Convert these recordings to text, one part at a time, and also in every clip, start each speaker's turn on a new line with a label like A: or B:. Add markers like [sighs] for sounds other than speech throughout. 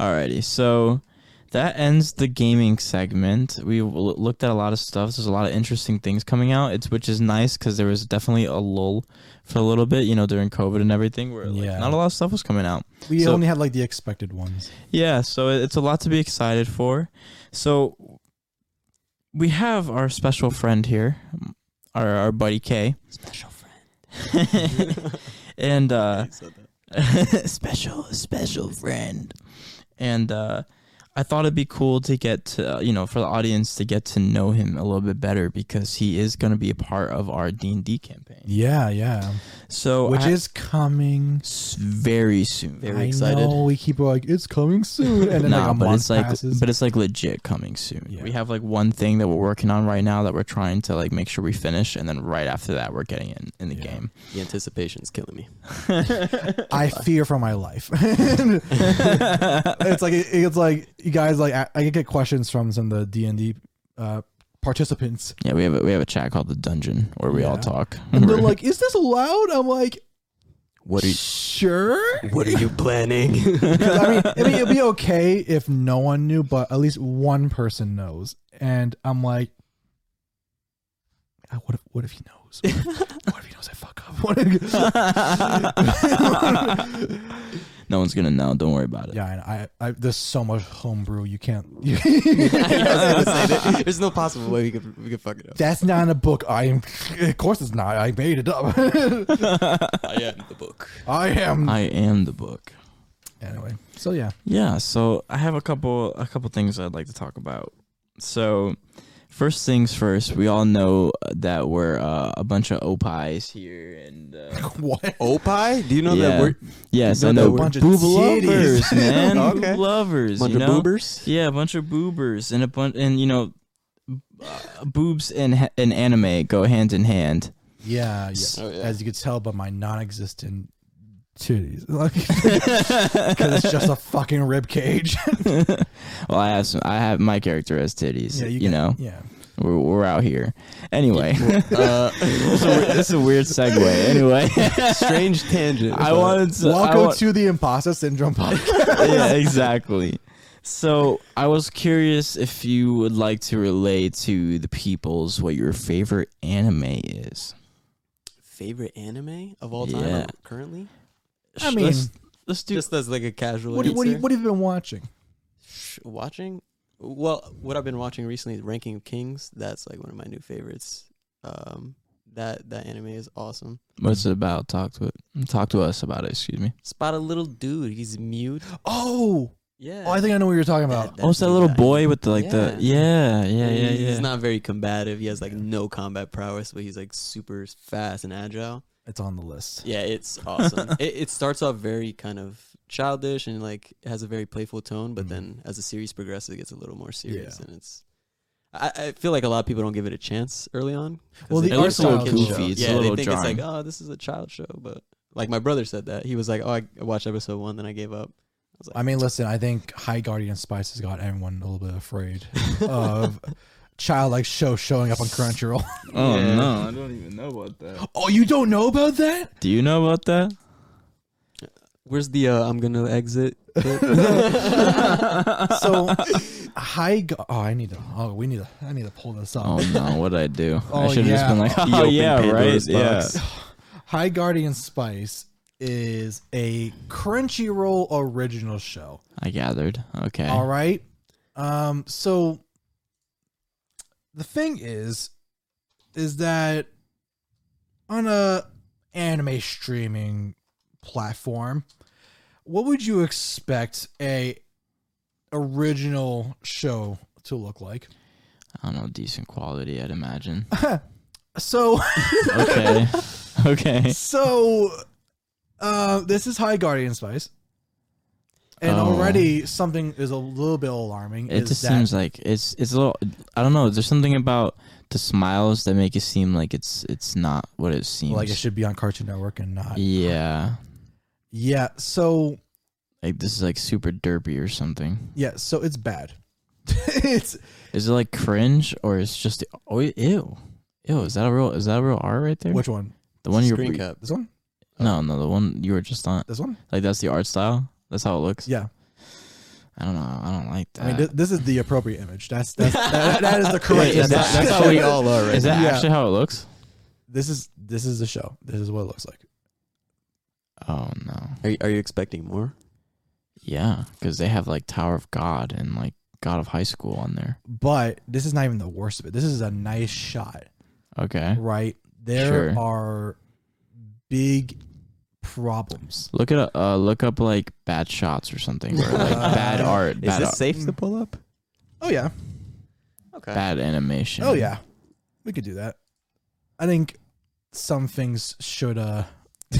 A: Alrighty, so that ends the gaming segment. We l- looked at a lot of stuff. There's a lot of interesting things coming out. It's which is nice because there was definitely a lull for a little bit, you know, during COVID and everything, where like,
B: Yeah.
A: not a lot of stuff was coming out.
B: We
A: So-
B: only had like the expected ones.
A: Yeah, so it- it's a lot to be excited for. So we have our special friend here, our our buddy K. Special friend. [laughs] and uh [laughs] special special friend. And uh I thought it'd be cool to get to, uh, you know, for the audience to get to know him a little bit better because he is going to be a part of our D&D campaign.
B: Yeah, yeah.
A: So
B: Which
A: I-
B: is coming.
A: s- very soon. Very
B: I
A: excited.
B: know we keep like it's coming soon, and then
A: Nah,
B: like a
A: but
B: month
A: it's like
B: passes.
A: but it's like legit coming soon.
B: Yeah.
A: We have like one thing that we're working on right now that we're trying to like make sure we finish, and then right after that we're getting in in the
B: Yeah.
A: game.
C: The anticipation's killing me.
A: [laughs]
B: I fear for my life. [laughs] it's like it's like you guys like I, I get questions from some of the D and D uh, participants,
A: Yeah, we have a, we have a chat called the dungeon where we all
B: Yeah.
A: talk.
B: and
A: [laughs]
B: they're like, "Is this allowed?" I'm like,
C: What are you,
B: "Sure."
C: what are you [laughs] planning?
B: 'Cause, I mean, I mean, it'd be okay if no one knew, but at least one person knows, and I'm like, "Ah, "What if? What if he knows? What if, what if he knows I fuck up?" What
C: [laughs]
B: if-
A: no one's gonna know. Don't worry about it.
B: yeah, and I, I, there's so much homebrew you can't. [laughs]
C: I was gonna say that There's no possible way we could we could fuck it up.
B: That's not in a book. I am. Of course, it's not. I made it up. [laughs]
C: I am the book.
B: I am.
A: I am the book.
B: anyway, so yeah,
A: Yeah, so I have a couple a couple things I'd like to talk about. So first things first, we all know that we're uh, a bunch of opies here and. Uh,
B: [laughs] what?
C: Opie? Do you know
A: yeah.
C: that word?
A: Yes,
C: You
A: I
C: know
A: know.
C: that
A: Bunch
B: bunch of
A: boob
B: titties. [laughs]
A: lovers, man. [laughs]
C: Okay.
A: Boob lovers,
C: Bunch
A: you
C: of
A: know.
C: boobers?
A: Yeah, a bunch of boobers and a bunch and you know, uh, boobs and ha- and anime go hand in hand.
B: Yeah, yeah.
C: Oh, yeah.
B: As you could tell by my non-existent titties, [laughs] because it's just a fucking rib [laughs] cage.
A: Well, I have some. I have my character has titties. you,
B: get-
A: know,
B: Yeah.
A: we're, we're out here. Anyway,
C: Uh,
A: [laughs] this, is a, weird- this is a weird segue. Anyway,
C: [laughs] strange tangent.
A: I
C: but-
A: wanted to. I
B: Welcome
A: wa-
B: to the imposter syndrome [laughs] podcast.
A: yeah, exactly. So I was curious if you would like to relay to the peoples what your favorite anime is.
C: favorite anime of all time
A: Yeah.
C: or currently.
B: I
A: Sh-
B: mean,
A: let's, let's do.
C: Just as like a casual
B: what, do- what, do you,
C: answer.
B: what have you been watching?
C: Sh- watching well what i've been watching recently is ranking of kings that's like one of my new favorites um that that anime is awesome
A: what's it about? Talk to it. Talk to us about it. Excuse me.
C: spot a little dude he's mute
B: Oh,
C: yeah
B: oh, I think I know what you're talking
C: That-
B: about.
A: oh, it's that
C: dude,
A: little
C: I-
A: boy with the like the yeah yeah yeah
C: he's
A: yeah.
C: not very combative he has like no combat prowess but he's like super fast and agile
B: It's on the list.
C: yeah it's awesome
B: [laughs]
C: it, it starts off very kind of childish and like has a very playful tone but
B: Mhm.
C: then as the series progresses it gets a little more serious
B: Yeah.
C: and it's I, I feel like a lot of people don't give it a chance early on. 'cause
B: Well,
C: they
B: the
C: think
B: art
C: it's a little
B: style
C: kid
B: is
C: show.
B: goofy.
A: It's a
C: yeah,
A: little
C: they think it's like,
A: jarring.
C: oh, this is a child show, but like my brother said that he was like, oh, I watched episode one, then I gave up. I was like,
B: I mean, listen, I think High Guardian Spice has got everyone a little bit afraid [laughs] of childlike show showing up on Crunchyroll.
A: oh no, I don't even know about that.
B: oh, you don't know about that?
A: Do you know about that?
C: where's the uh, I'm gonna [laughs] exit?
B: [laughs]
C: bit?
B: So, High. Gu- oh, I need to. Oh, we need to. I need to pull this up.
A: Oh no, what would I do? I
B: Oh,
A: should have [laughs]
B: yeah.
A: just been like,
C: He
A: oh
B: [laughs]
C: opened
A: yeah, right,
C: Pandora's
A: yeah.
C: box.
B: High Guardian Spice is a Crunchyroll original show.
A: I gathered. Okay.
B: All right. Um, so the thing is, is that on a anime streaming platform, what would you expect a original show to look like?
A: I don't know, decent quality, I'd
B: [laughs]
A: imagine. [laughs]
B: So
A: Okay. [laughs] okay.
B: so uh, this is High Guardian Spice. And
A: Oh.
B: already something is a little bit alarming.
A: It
B: is
A: just
B: that
A: seems like it's it's a little I don't know, there's something about the smiles that make it seem like it's it's not what it seems.
B: like it should be on Cartoon Network and not.
A: Yeah.
B: Yeah. So
A: Like this is like super derpy or something.
B: yeah. So it's bad. [laughs] it's
A: Is it like cringe or it's just oh ew. Ew, is that a real is that a real R right there?
B: which one?
A: the one you're
C: Screen cap.
B: This one?
A: No, no, the one you were just on.
B: This one?
A: Like that's the art style? That's how it looks?
B: Yeah.
A: I don't know. I don't like that.
B: I mean, th- this is the appropriate image. That's that's that,
A: [laughs]
B: that is the correct.
A: Wait, is
B: image.
A: that- that's
B: [laughs]
A: how we all
C: are
A: is that
B: Yeah.
A: actually how it looks?
B: This is this is the show. This is what it looks like.
A: Oh no.
C: Are you, are you expecting more?
A: Yeah, because they have like Tower of God and like God of High School on there.
B: But this is not even the worst of it. This is a nice shot,
A: Okay.
B: right? There
A: Sure.
B: are big problems.
A: Look at uh look up like bad shots or something or
B: [laughs]
A: like bad art,
C: Is
A: bad
C: this
A: art,
B: Hmm.
C: safe to pull up?
B: Oh yeah.
C: Okay.
A: bad animation.
B: Oh yeah. We could do that. I think some things should. uh [laughs]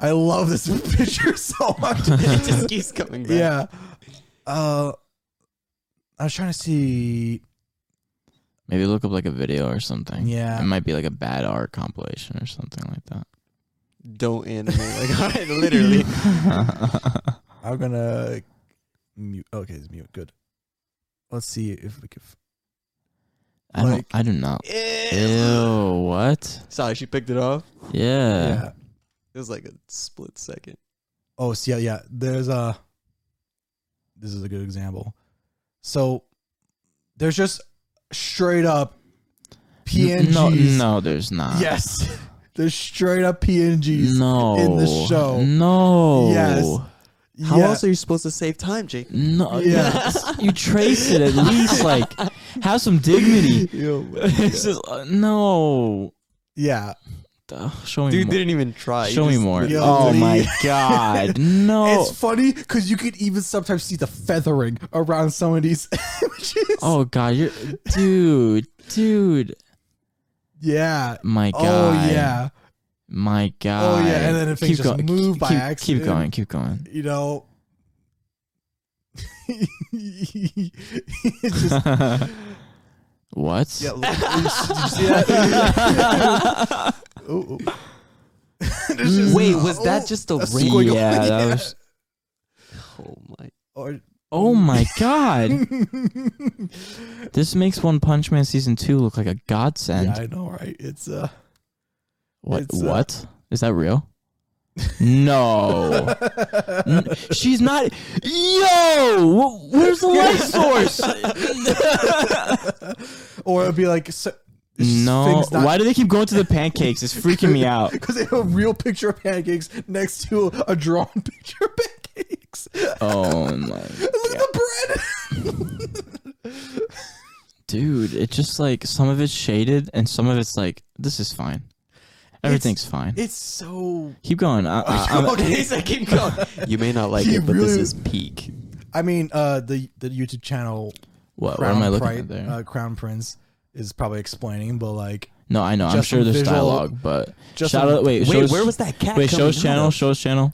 B: I love this [laughs] picture so much.
C: it [laughs] just keeps coming back.
B: Yeah. Uh, I was trying to see.
A: Maybe look up like a video or something.
B: Yeah.
A: It might be like a bad art compilation or something like
C: Don't animate. Like, [laughs] all
A: [laughs]
C: right, literally.
A: that.
B: I'm gonna mute. oh, Okay, it's mute. Good. Let's see if we can. f-
A: I don't.
B: Like-
A: I do not.
C: Ew.
A: Ew. What?
C: [laughs] Sorry, she picked it off. Uh.
A: Yeah.
B: yeah.
C: It was like a split second.
B: Oh, see, yeah, yeah. There's a. This is a good example. So, there's just straight up
A: N-
B: PNGs.
A: No. No. There's not.
B: Yes. [laughs] there's straight up PNGs
A: No.
B: in the show.
A: No.
B: Yes.
C: How
B: Yeah.
C: else are you supposed to save time, Jake?
A: No,
B: Yeah.
A: [laughs] you trace it at least. Like, have some
B: [laughs]
A: dignity.
C: [laughs] Yo, man.
A: It's just uh, no.
B: Yeah.
A: Duh, show me
C: Dude
A: more.
C: didn't even try. He
A: Show me
C: just-
A: more.
B: Yo,
A: oh
B: Lee. [laughs]
A: my god, no.
B: It's funny because you could even sometimes see the feathering around some of these [laughs] images.
A: oh god, you're dude, dude.
B: yeah.
A: My god.
B: Oh yeah.
A: My god.
B: Oh, yeah, and then if things
A: keep
B: just
A: going.
B: move
A: keep,
B: by
A: keep,
B: accident.
A: Keep going. Keep
B: [laughs]
A: going.
B: You know. It's
A: [laughs]
B: just-
A: what?
B: yeah, look, did you see that? Ooh, ooh. There's just-
C: Wait, was that
B: ooh,
C: just a
B: that's
C: ring?
B: going on.
A: Yeah, that
B: Yeah. [laughs]
A: was-
C: Oh my.
B: Or-
A: Oh my
B: [laughs]
A: god. this makes One Punch Man season two look like a godsend.
B: yeah, I know, right? It's uh,
A: What?
B: It's, uh,
A: What? Is that
B: [laughs]
A: real? No, N- she's not. Yo, wh- where's the light source?
B: or it'd be like so,
A: no, why do they keep going to the pancakes? It's freaking me out.
B: Because they have a real picture of pancakes next to a drawn [laughs] picture of pancakes.
A: Oh my,
B: Look at [laughs] the
A: dude! It's just like some of it's shaded and some of it's like this is fine. Everything's fine.
B: bread. It's so.
A: keep going. I, I,
B: [laughs]
A: I'm-
C: [laughs]
B: Okay.
C: keep going. You may not like
B: He
C: it, but this
B: really-
C: is peak.
B: I mean, uh, the the YouTube channel
A: Uh, what, what
B: Crown,
A: am I looking
B: Pri-
A: at there?
B: Uh, Crown Prince is probably explaining, but like,
A: no, I know. I'm
B: just
A: sure
B: some
A: there's
B: visual-
A: dialogue, but
B: just
A: shout
B: some-
A: out. Wait,
C: Wait,
A: shows-
C: where was that cat?
A: Wait,
C: coming
A: show's
C: out
A: channel,
C: of?
A: show's channel.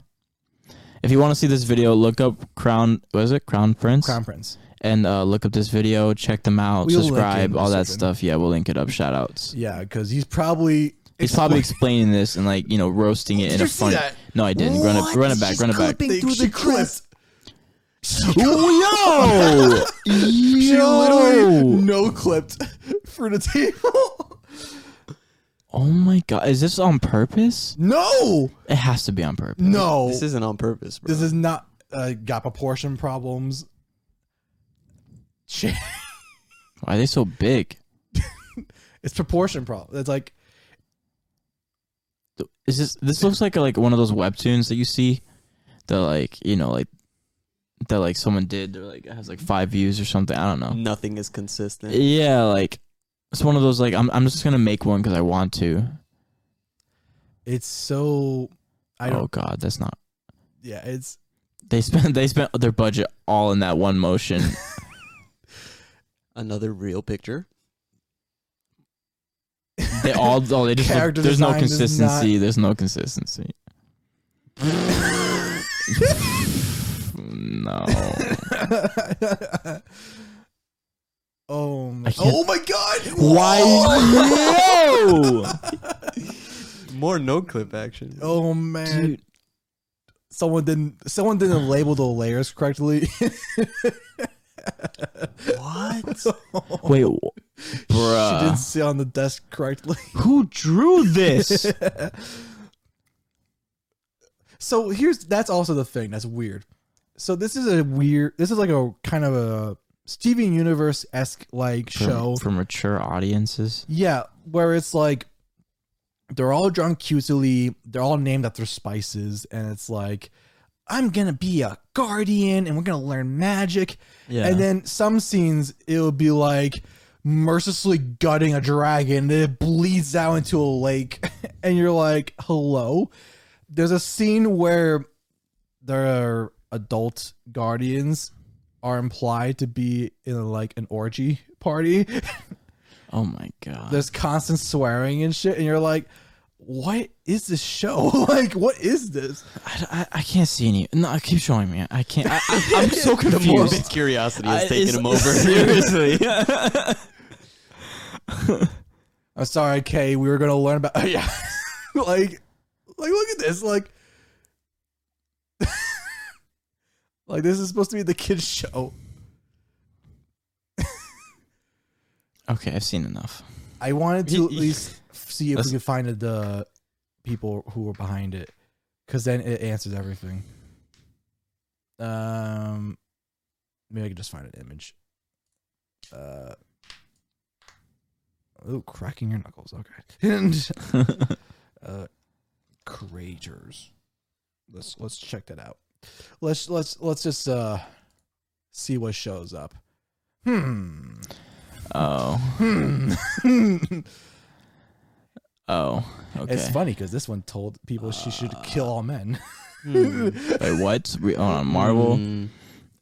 A: If you want to see this video, look up Crown. Was it Crown Prince?
B: Crown Prince.
A: And uh, look up this video. Check them out.
B: We'll link
A: subscribe.
B: in
A: All that
B: description.
A: stuff. Yeah, we'll link it up. Shout outs.
B: Yeah, because he's probably.
A: He's probably explaining this and like you know roasting it in a
B: you see
A: funny.
B: that?
A: No, I didn't. Run it. Run it back. Run it back.
B: They-
C: through
B: she
C: the cracks.
B: clipped-
A: Oh
B: [laughs]
A: yo!
B: She literally
A: yo!
B: no clipped [laughs] for the table. [laughs]
A: Oh my god! Is this on purpose?
B: no,
A: It has to be on purpose.
B: no,
C: This isn't on purpose, bro.
B: This is not uh, got proportion problems. Ch-
A: Why are they so big?
B: It's proportion problem. It's like
A: Is this this looks like like one of those webtoons that you see that like you know like that like someone did they're like it has like five views or something I don't know
C: Nothing is consistent.
A: yeah like it's one of those like I'm I'm just gonna make one because I want to
B: It's so I don't
A: oh god that's not
B: yeah, it's [laughs]
A: they spent they spent their budget all in that one motion
C: Another real picture.
A: they all oh they just look-
B: Character
A: there's no
B: design is not-
A: consistency there's no consistency [laughs] no
B: Oh
A: I
B: my,
A: can't-
B: oh my god.
A: why no.
C: More no clip action.
B: Oh man. Someone didn't someone didn't label the layers correctly. [laughs] [laughs]
C: What?
A: Wait,
B: She didn't
A: bruh.
B: sit on the desk correctly. [laughs]
A: Who drew this?
B: So here's that's also the thing that's weird. So this is a weird this is like a kind of a Steven Universe esque like [laughs] show.
A: for, for mature audiences.
B: Yeah, where it's like they're all drawn cutely, they're all named after spices, and it's like, I'm gonna be a guardian and we're gonna learn magic.
A: Yeah.
B: And then some scenes it'll be like mercilessly gutting a dragon, then it bleeds out into a lake, [laughs] and you're like, hello. There's a scene where their adult guardians are implied to be in like an orgy party [laughs]
A: Oh my god.
B: there's constant swearing and shit, and you're like, what is this show? [laughs] like, what is this?
A: I, I, I can't see any. No, I keep showing me. I can't. I,
C: [laughs]
A: I, I'm so confused.
C: Morbid curiosity
A: I-
C: is taking
A: it's-
B: [laughs]
C: him over. [laughs]
A: Seriously.
B: I'm sorry, Kay. We were gonna learn about. [laughs] Oh, yeah, like, like look at this. Like, [laughs] like this is supposed to be the kids' show.
A: okay, I've seen enough.
B: I wanted to at least see if
A: That's-
B: we could find the people who were behind it, because then it answers everything. Um, maybe I can just find an image. Uh, oh, cracking your knuckles. Okay, and uh, creators. Let's let's check that out. Let's let's let's just uh see what shows up. Hmm.
A: Oh.
B: Hmm. [laughs]
A: Oh. Okay.
B: It's funny because this one told people she should kill all men. [laughs]
A: Wait, what? We oh, on Marvel
C: Mm.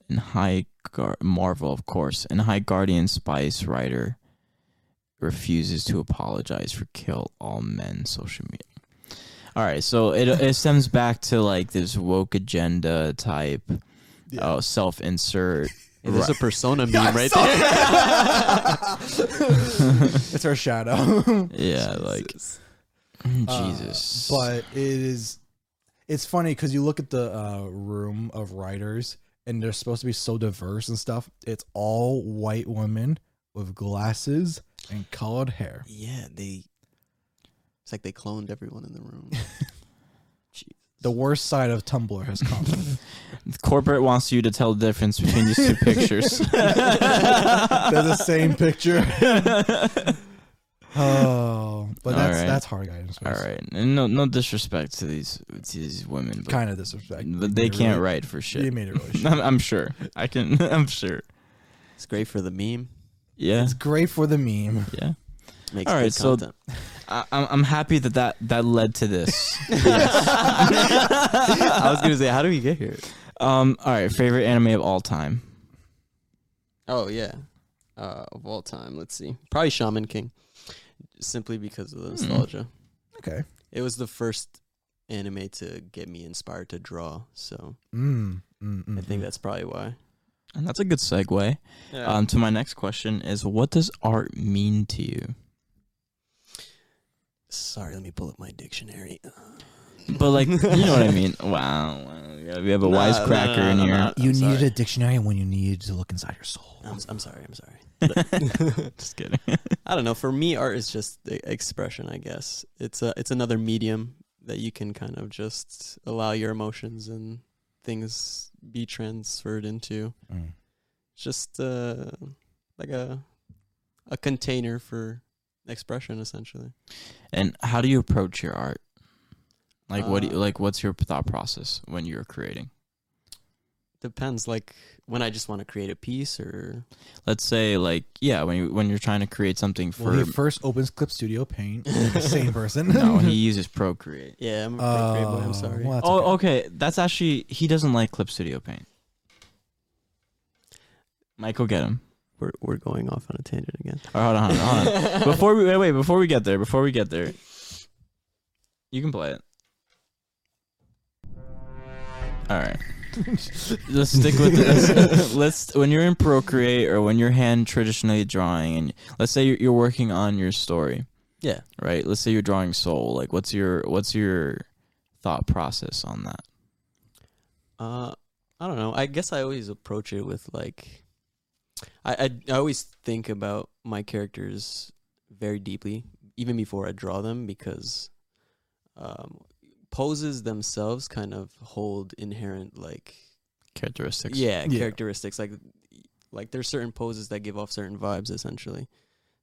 A: and High Gar- Marvel, of course, and High Guardian Spice writer refuses to apologize for kill all men social media. All right, so it it stems back to like this woke agenda type, oh self insert.
B: [laughs]
C: Hey, there's a persona meme right there.
B: it's her shadow.
A: Yeah, like Mm, Jesus.
B: [laughs] Uh, but it is it's funny because you look at the uh, room of writers and they're supposed to be so diverse and stuff. It's all white women with glasses and colored hair.
C: Yeah, they. It's like they cloned everyone in
A: [laughs]
C: the room.
B: The worst side of Tumblr has come. [laughs]
A: corporate wants you to tell the difference between these
B: [laughs]
A: two pictures.
B: they're the same
A: [laughs]
B: picture. oh, but
A: All
B: that's
A: right.
B: that's hard guidance.
A: All right, and no no disrespect to these to these women, but,
B: kind of disrespect.
A: but they
B: You
A: can't
B: really-
A: write for shit.
B: You made
A: [laughs]
B: it really. shit.
A: I'm, I'm sure. I can. [laughs] I'm sure.
C: It's great for the meme.
A: Yeah.
B: It's great for the meme.
A: Yeah.
C: Makes
A: All
C: good
A: right, so- [laughs]
C: content.
A: I, I'm, I'm happy that, that that led to [laughs] this.
C: I was gonna say, how do we get here?
A: um. All right. Favorite anime of all time.
C: Oh yeah, uh, of all time, let's see, probably Shaman King, simply because of the
A: Hmm.
C: nostalgia.
B: Okay.
C: It was the first anime to get me inspired to draw, so
B: Mm, mm, mm.
C: I
A: Mm-hmm.
C: think that's probably why.
A: And that's a good segue. Um. To my next question is, what does art mean to you?
C: Sorry, let me pull up my dictionary.
A: But like, you know what I [laughs] mean. Wow. wow, yeah, We have a
C: Nah,
A: wisecracker
C: nah,
A: in
C: nah,
A: here.
C: nah.
B: you
C: I'm
B: needed
C: sorry.
B: a dictionary when you needed to look inside your soul.
C: [laughs] I'm, I'm sorry. I'm sorry.
A: [laughs] [laughs] Just kidding.
C: I don't know. For me, art is just the expression, I guess. It's a it's another medium that you can kind of just allow your emotions and things be transferred into.
B: Mm.
C: It's just uh, like a a container for expression, essentially.
A: And how do you approach your art? Like what? Do you,
C: Uh,
A: like what's your thought process when you're creating?
C: Depends, like when I just want to create a piece or
A: Let's say like yeah, when you when you're trying to create something for
B: Well, he first opens Clip Studio
C: [laughs]
B: Paint. Same person.
A: [laughs] no,
B: [laughs]
A: he uses Procreate.
C: yeah, I'm a
B: Uh,
C: great boy. I'm sorry.
B: well, that's
A: oh, okay. That's actually he doesn't like Clip Studio Paint. Michael, get him.
C: We're we're going off on a tangent again.
A: Or hold on, hold
C: [laughs]
A: on,
B: [laughs]
A: hold on. before we wait, wait, before we get there, before we get there, you can play it. All
C: [laughs]
A: right. Let's stick with this. [laughs] let's when you're in Procreate or when you're hand traditionally drawing, and let's say you're, you're working on your story,
C: Yeah.
A: right? Let's say you're drawing Soul. Like, what's your what's your thought process on that?
C: Uh, I don't know. I guess I always approach it with like, I, I I always think about my characters very deeply, even before I draw them, because um, poses themselves kind of hold inherent like
A: Characteristics.
C: yeah,
B: Yeah.
C: characteristics like like there's certain poses that give off certain vibes essentially.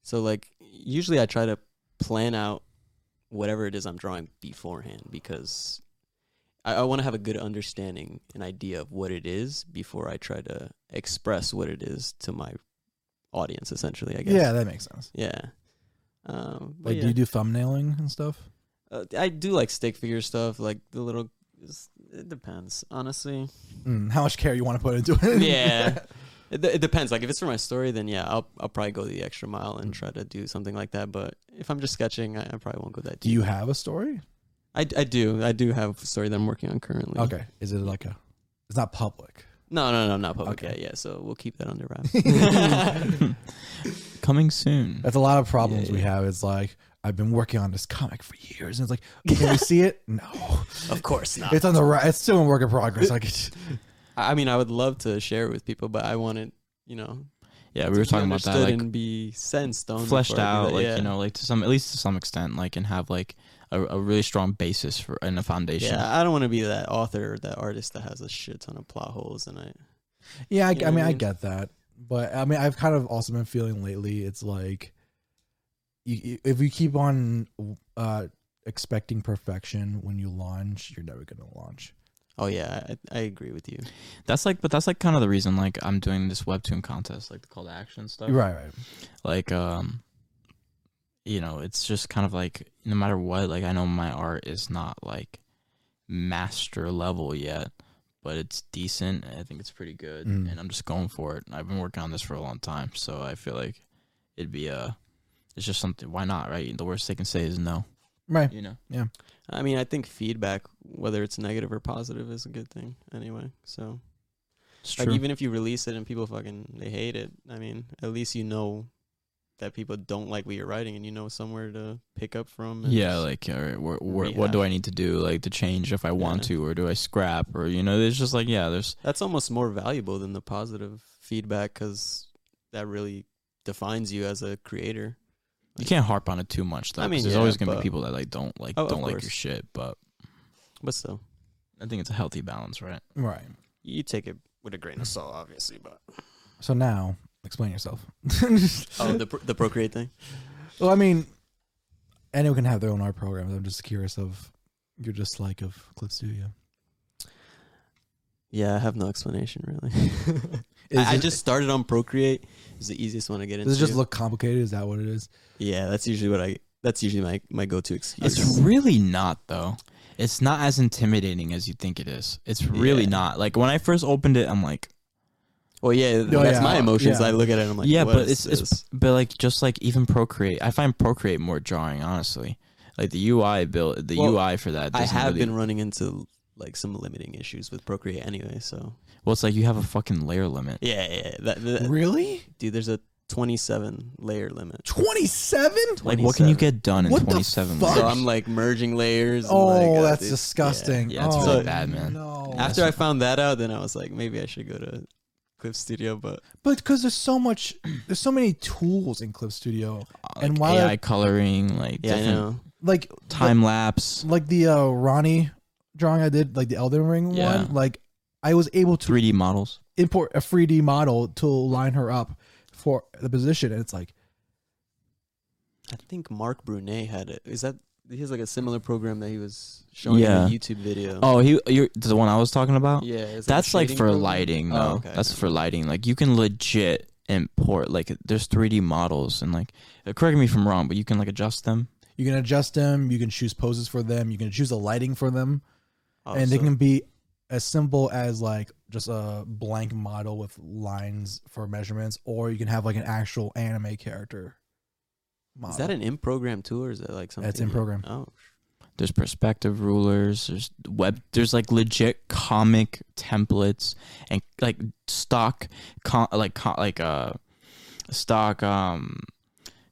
C: So like usually I try to plan out whatever it is I'm drawing beforehand because I, I want to have a good understanding and idea of what it is before I try to express what it is to my audience essentially. I guess.
B: Yeah, that makes sense.
C: Yeah. Um, but
B: Like,
C: yeah.
B: do you do thumbnailing and stuff?
C: Uh, I do like stick figure stuff, like the little. it's- It depends, honestly.
B: Mm, how much care you want to put into it?
C: yeah. It, it depends. Like if it's for my story, then yeah, I'll I'll probably go the extra mile and try to do something like that. But if I'm just sketching, I, I probably won't go
B: [laughs]
C: that
B: Do
C: deep.
B: you have a story?
C: I, I do I do have a story that I'm working on currently.
B: Okay. Is it like a? It's not public.
C: No, no, no, not public
B: Okay.
C: yet. Yeah, so we'll keep that under wraps.
A: [laughs] [laughs]
C: [laughs]
A: Coming soon.
B: That's a lot of problems
C: Yeah,
B: we
C: yeah.
B: have. It's like I've been working on this comic for years,
C: [laughs]
B: and it's like, can we see it? No,
C: of course not.
B: it's on the right. It's still in work in progress. Like,
C: [laughs] I I mean, I would love to share it with people, but I want it, you know,
A: Yeah,
C: to
A: we were
C: be
A: talking about that.
C: understood
A: like,
C: and be sensed on
A: fleshed
C: before I do
A: out,
C: that.
A: like
C: Yeah.
A: you know, like to some at least to some extent, like and have like a, a really strong basis for and a foundation.
C: Yeah, I don't want to be that author, or that artist that has a shit ton of plot holes, and I
B: yeah, I,
C: You know
B: I
C: what
B: mean,
C: I
B: I
C: mean?
B: get that, but I mean, I've kind of also been feeling lately. It's like, you, you- if you keep on uh, expecting perfection when you launch, you're never gonna launch.
C: oh yeah, I, I agree with you.
A: That's like, but that's like kind of the reason like I'm doing this webtoon contest, like the call to action stuff.
B: Right, right.
A: Like, um, you know, it's just kind of like no matter what, like I know my art is not like master level yet, but it's decent. and I think it's pretty good,
B: Mm.
A: and I'm just going for it. I've been working on this for a long time, so I feel like it'd be a. It's just something. Why not? Right. The worst they can say is no.
B: Right.
A: You know.
C: I mean, I think feedback, whether it's negative or positive, is a good thing anyway. So,
A: It's
C: like, even if you release it and people fucking they hate it, I mean, at least you know that people don't like what you're writing, and you know somewhere to pick up from. and
A: Yeah,
C: just-
A: like, all right, what, what, what do
C: Rehab.
A: I need to do, like, to change if I want
C: Yeah.
A: to, or do I scrap, or you know, it's just like, yeah, there's
C: that's almost more valuable than the positive feedback because that really defines you as a creator.
A: you can't harp on it too much though.
C: I
A: I
C: mean,
A: mean, there's
C: yeah,
A: always gonna be
C: but-
A: people that like don't like
C: Oh, of
A: don't like
C: course.
A: your shit, but
C: But still,
A: I think it's a healthy balance, right?
B: Right.
C: you take it with a grain of salt, obviously.
B: [laughs]
C: But
B: So now, explain yourself.
C: oh, the pr- the procreate thing.
B: [laughs] Well, I mean, anyone can have their own art programs. I'm just curious of your dislike of Clip
C: [laughs]
B: Studio.
C: Yeah, I have no explanation really.
B: Is
C: I, I
B: it-
C: just started on Procreate. It's the easiest one to get into.
B: does it just look complicated? Is that what it is?
C: Yeah, that's usually what I. That's usually my my go to excuse.
A: It's really not though. It's not as intimidating as you think it is. It's really
C: Yeah.
A: not. Like when I first opened it, I'm like,
C: well, yeah,
B: Oh,
C: that's
B: yeah.
C: my emotions.
B: Yeah.
C: I look at it. and I'm like,
A: yeah,
C: what
A: but
C: is
A: it's,
C: this?
A: it's but like just like even Procreate, I find Procreate more jarring, honestly. Like the UI build, the
C: Well,
A: UI for that.
C: I
A: doesn't
C: have
A: really-
C: been running into like some limiting issues with Procreate anyway. So
A: Well, it's like you have a fucking layer limit.
C: yeah, yeah, yeah, that, [laughs] that-
B: Really?
C: dude. There's a 27 layer limit.
B: 27?
A: Like, what can you
C: 27.
A: get done in
B: What the
A: 27
B: fuck?
A: layers?
C: So I'm like merging layers. and,
B: Oh,
C: like, uh,
B: that's
C: dude,
B: disgusting.
A: Yeah, it's
B: oh,
C: really
A: bad, man.
B: No.
C: yeah. After I found that out, then I was like, maybe I should go to Clip Studio. But
B: but because there's so much, there's so many tools in Clip Studio,
A: Like
B: and while
A: AI
B: I-
A: coloring, like
C: yeah, I
A: different
C: know.
B: like
A: time lapse,
B: like the uh, Ronnie drawing I did, like the Elden Ring
A: Yeah.
B: one. Like, I was able to
A: 3D models.
B: import a 3D model to line her up for the position, and it's like,
C: I think Mark Brunet had it. Is that he has like a similar program that he was showing in the
A: Yeah.
C: YouTube video.
A: Oh, he you're, the one I was talking about.
C: yeah, it's a
A: That's like
C: shading
A: for
C: program.
A: lighting,
C: Oh,
A: though.
C: okay.
A: That's for lighting. Like you can legit import like there's 3D models and like uh, correct me if I'm wrong, but you can like adjust them.
B: You can adjust them. You can choose poses for them. You can choose the lighting for them,
C: Oh,
B: and they
C: so-
B: can be as simple as like just a blank model with lines for measurements, or you can have like an actual anime character. Model.
C: Is that an in program too, or is that like something?
B: That's in program.
C: Oh, sh-
A: There's perspective rulers. There's web. There's like legit comic templates and like stock, com, like co like uh, stock um,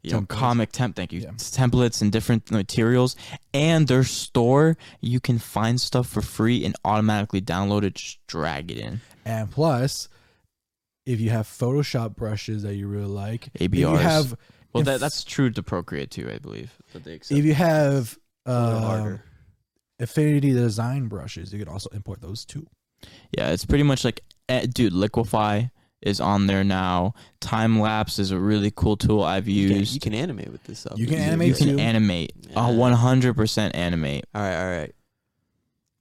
A: you know,
B: Templates.
A: comic temp. Thank you.
B: Yeah.
A: Templates and different materials. And their store, you can find stuff for free and automatically download it. Just drag it in.
B: And plus, if you have Photoshop brushes that you really like, if you
A: ABRs.
B: have
A: Well,
B: if-
A: that, that's true to Procreate too, I believe. That they accept.
B: if you have
C: a little
B: uh,
C: harder.
B: Affinity Design brushes, you can also import those too.
A: yeah, it's pretty much like, eh, dude, Liquify is on there now. Time lapse is a really cool tool I've
C: You can,
A: used.
C: you can animate with this.
B: You can
C: obviously.
B: animate
A: You
B: too.
A: can animate.
C: Yeah.
A: Uh, 100% animate.
C: All right, all right.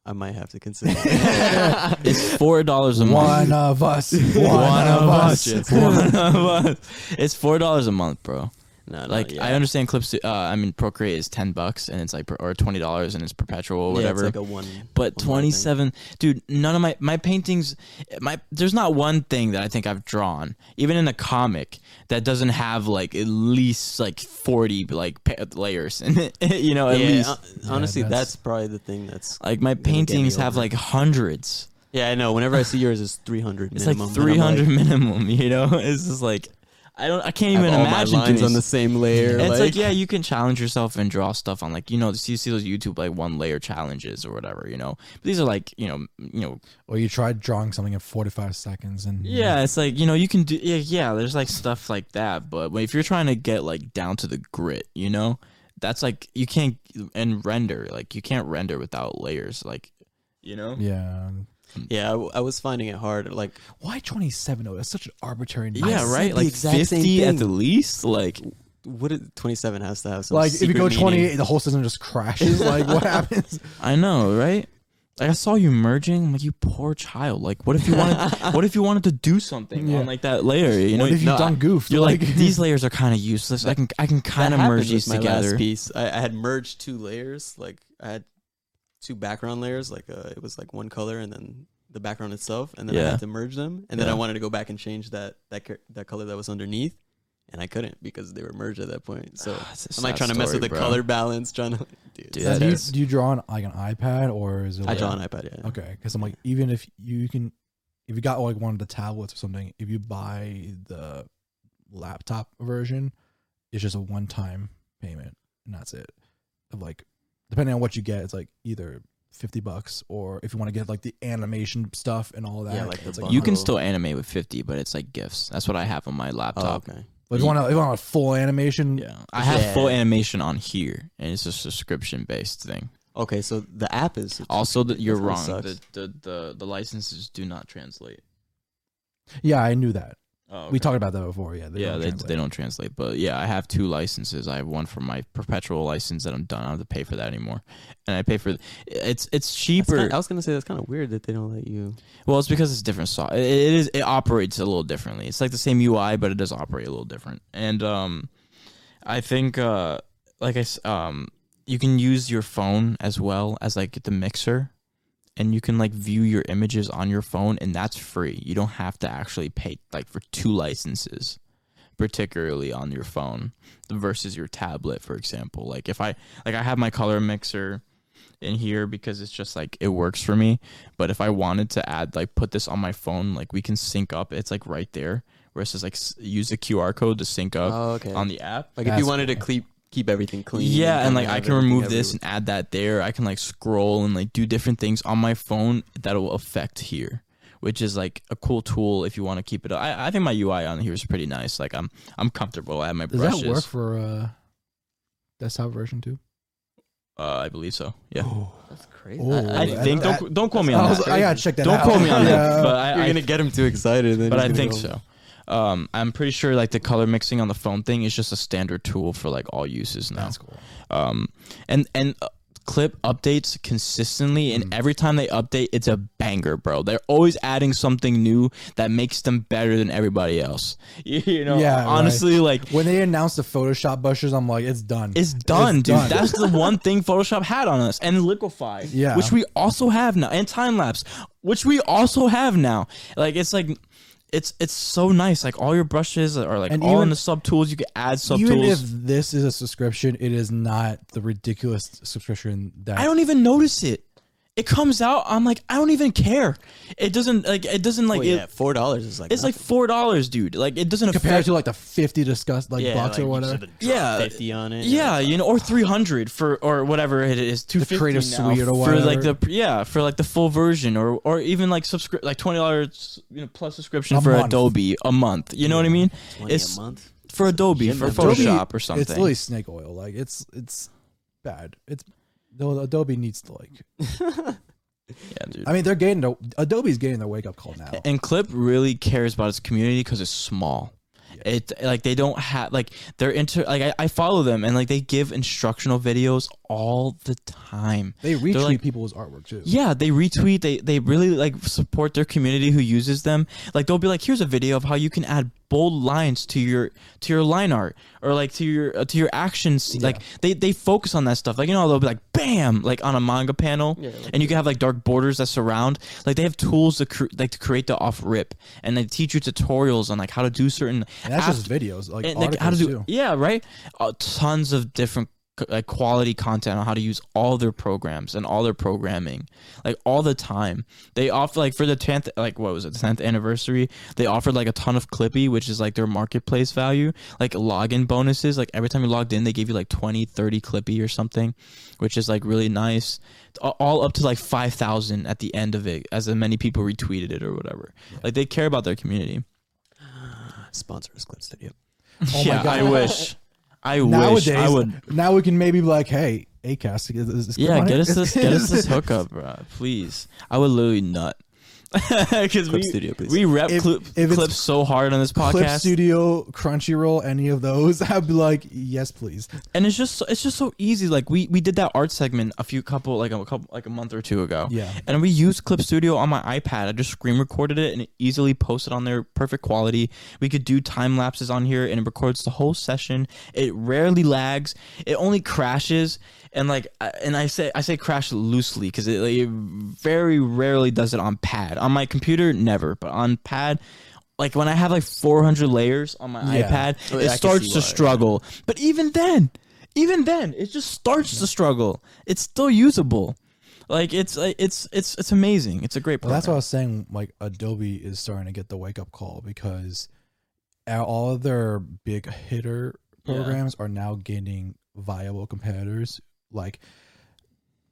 C: I might have
A: [laughs]
C: to consider.
B: [laughs]
A: It's four dollars a month.
B: One of us. One,
A: One
B: of us.
A: It's one [laughs] of us. It's four dollars a month, bro.
C: [laughs] no, no,
A: Like
C: yeah.
A: I understand clips. Uh, I mean, Procreate is ten bucks, and it's like per, or twenty dollars, and it's perpetual, or
C: Yeah,
A: whatever.
C: it's like a one.
A: But
C: one line
A: twenty
C: thing.
A: seven, dude. None of my my paintings, my there's not one thing that I think I've drawn, even in a comic, that doesn't have like at least like forty like pa- layers in it. [laughs] you know, at
C: Yeah, uh,
A: least
C: hon- honestly,
B: that's-
C: that's, probably the thing that's.
A: like my
C: get me
A: paintings have
C: over.
A: like hundreds.
C: Yeah, I know. Whenever I see yours, it's three hundred.
A: It's like three hundred minimum. [laughs] You know, it's just like I don't, I can't even
C: all
A: imagine
C: my lines
A: doing
C: on the
A: s-
C: same layer.
A: It's like, yeah, you can challenge yourself and draw stuff on like you know you see those YouTube like one layer challenges or whatever you know. But these are like you know you know
B: [laughs] Or you tried drawing something in 45 seconds and
A: yeah, it's like you know you can do yeah yeah. There's like stuff like that, but if you're trying to get like down to the grit, you know, that's like you can't and render like you can't render without layers like you know.
B: Yeah.
C: yeah. I, w- I was finding it hard. Like
B: Why 27 though? That's such an arbitrary number.
A: Yeah,
C: said
A: right.
C: the
A: Like
C: exact same
A: fifty at
C: thing.
A: the least. Like
C: what twenty seven has to have some
B: Like if you
C: secret
B: go
C: meaning.
B: 28, the whole system just [laughs] crashes. Like what happens?
A: I know, right? Like I saw you merging. I'm like you poor child. Like what if you wanted?
B: [laughs]
A: what if you wanted to do something
B: Yeah.
A: on like that layer? You know,
B: what if you
A: No,
B: done goofed?
A: You're like,
B: [laughs]
A: these layers are kind of useless. I can I can
C: That
A: kind of
C: happened
A: merge these
C: with my last
A: together.
C: piece. I, I had merged two layers. Like I had two background layers. Like uh, it was like one color and then the background itself, and then I
A: Yeah.
C: had to merge them. And then
A: Yeah.
C: I wanted to go back and change that that char- that color that was underneath, and I couldn't because they were merged at that point.
A: [sighs]
C: So
A: Ah, It's a
C: I'm like
A: sad
C: trying to mess
A: story,
C: with the
A: bro.
C: color balance, trying to. [laughs] Dude,
A: Dude,
C: it's
B: Now,
A: that
B: do, you,
A: is-
B: do you draw on like an iPad or is it?
C: I
B: like-
C: draw on iPad. Yeah.
B: Okay, because I'm like, even if you can, if you got like one of the tablets or something, if you buy the laptop version, it's just a one-time payment, and that's it. Of like, depending on what you get, it's like either fifty bucks, or if you want to get like the animation stuff and all that,
C: Yeah, like the
B: it's
A: You
C: bundle.
A: can still animate with 50, but it's like gifs. That's what I have on my
C: Oh,
A: laptop.
C: okay.
B: But if you want to, if you want a full animation,
A: Yeah, I have
C: Oh, Yeah.
A: full animation on here, and it's a subscription based thing.
C: Okay, so the app is
A: Also, that you're
C: That
A: wrong.
C: sucks.
A: The, the the the licenses do not translate.
B: yeah, I knew that.
A: Oh,
B: We
A: okay.
B: talked about that before. Yeah,
A: yeah,
B: don't
A: they,
B: translate.
A: they don't translate. But yeah, I have two licenses. I have one for my perpetual license that I'm done. I don't have to pay for that anymore. And I pay for it's it's
C: That's
A: cheaper.
C: kinda- I was gonna say that's kind of weird that they don't let you.
A: well, it's because it's different soft. It, it is it operates a little differently. It's like the same UI, but it does operate a little different. And um, I think uh, like I s- um, you can use your phone as well as like the mixer. And you can like view your images on your phone, and that's free. You don't have to actually pay like for two licenses particularly on your phone versus your tablet for example like if i like i have my color mixer in here because it's just like it works for me but if i wanted to add like put this on my phone like we can sync up it's like right there where it says like s- use the qr code to sync up
C: Oh, okay.
A: on the app
C: like if
B: That's
C: you wanted to keep keep everything clean.
A: yeah, and
C: kinda
A: like I
C: have
A: can
C: everything
A: remove this
C: everywhere.
A: and add that there. I can like scroll and like do different things on my phone that will affect here, which is like a cool tool if you want to keep it. up. I, I think my UI on here is pretty nice. Like I'm I'm comfortable. I have my
B: Does
A: brushes.
B: that work for uh, desktop version too?
A: Uh, I believe so. Yeah.
C: That's crazy.
B: Oh,
A: I, I
B: yeah,
A: think
B: that-
A: don't don't quote me
B: I,
A: on
B: was-
A: that.
B: I gotta check that [laughs]
A: Don't
B: out.
A: quote me on
B: Yeah.
A: that. [laughs] But I,
C: You're
A: I
C: gonna get him too excited.
A: but I think so. Um, I'm pretty sure like the color mixing on the phone thing is just a standard tool for like all uses now.
B: That's cool.
A: Um, and and uh, clip updates consistently, and
B: Mm.
A: every time they update, it's a banger, bro. They're always adding something new that makes them better than everybody else. [laughs] You, you know,
B: [laughs] Yeah,
A: honestly, like
B: When they announced the Photoshop brushes, I'm like, it's done.
A: it's done, dude.
B: done.
A: That's the one
B: [laughs]
A: thing Photoshop had on us, and Liquify,
B: Yeah.
A: which we also have now, and time lapse, which we also have now. Like it's like. It's it's so nice. Like all your brushes are like
B: And
A: all in
B: even-
A: the sub tools. You can add sub
B: even
A: tools.
B: if this is a subscription, it is not the ridiculous subscription that
A: I don't even notice it. It comes out. I'm like, I don't even care. It doesn't like. It doesn't like.
C: Well,
A: it-
C: yeah, four dollars is like
A: It's like four dollars, dude. Like it doesn't
B: compared
A: affect.
B: to like the fifty discussed like
C: nothing. yeah,
B: bucks
C: like,
B: or
C: you
B: whatever.
C: should've dropped
A: Yeah.
C: fifty on it.
A: yeah, you know, or three hundred for or whatever it is, two fifty
B: creative
A: now
B: suite or
A: for like
B: whatever.
A: the yeah for like the full version or or even like subscri- like twenty dollars you know plus subscription
B: A
A: for
B: month.
A: Adobe a month. You know what I mean?
C: 20
A: It's
C: a month.
A: for Adobe for
B: Adobe,
A: Photoshop or something.
B: It's really snake oil. Like it's it's bad. It's no Adobe needs to like.
A: yeah, dude.
B: I mean, they're getting the Adobe's getting their wake up call now.
A: And Clip really cares about its community because it's small. It like they don't have like they're inter like I, I follow them and like they give instructional videos all the time.
B: They retweet
A: They're like-
B: people's artwork too.
A: Yeah, they retweet. They they really like support their community who uses them. Like they'll be like, here's a video of how you can add bold lines to your to your line art or like to your uh, to your actions. Like they they focus on that stuff. Like you know they'll be like, bam, like on a manga panel, and you can have like dark borders that surround. Like they have tools to cre- like to create the off rip, and they teach you tutorials on like how to do certain.
B: And that's
A: aft-
B: just videos. Like,
A: and,
B: articles
A: like how to do
B: too.
A: yeah right uh, tons of different c- like quality content on how to use all their programs and all their programming like all the time they offer like for the 10th like what was it 10th anniversary they offered like a ton of clippy which is like their marketplace value like login bonuses like every time you logged in they gave you like 20 30 clippy or something which is like really nice A- all up to like 5000 at the end of it as many people retweeted it or whatever like they care about their community
C: Sponsor is Clip Studio.
B: Oh my
A: yeah,
B: God.
A: I wish. I
B: Nowadays,
A: wish I would.
B: now we can maybe be like, hey, Acast, is, is, is
A: Yeah,
B: on
A: get
B: it?
A: us this. Get us this hookup, bro. Please. I would literally nut. [laughs] Because we
C: Studio, please.
A: we rep
B: If-
A: clip,
B: if it's
A: clips so hard on this
B: [laughs] Clip
A: podcast,
B: Studio, Crunchyroll, any of those, [laughs] I'd be like, yes, please.
A: and it's just so- it's just so easy. Like we we did that art segment a few couple like a couple like a month or two ago.
B: Yeah.
A: and we used Clip Studio on my iPad. I just screen recorded it and it easily posted on there, perfect quality. We could do time lapses on here and it records the whole session. It rarely lags. It only crashes and like I- and I say I say crash loosely because it, like, it very rarely does it on pad. On my computer, never, but on pad. Like when I have like 400 layers on my
B: Yeah.
A: iPad,
C: Oh,
A: it
C: yeah, I can
A: starts
C: see
A: to
C: why.
A: struggle. But even then, even then, it just starts to struggle. It's still usable. Like it's like, it's it's it's amazing. It's a great
B: Well,
A: program.
B: that's what I was saying. Like Adobe is starting to get the wake up call because a- all of their big hitter
A: Yeah.
B: programs are now gaining viable competitors. Like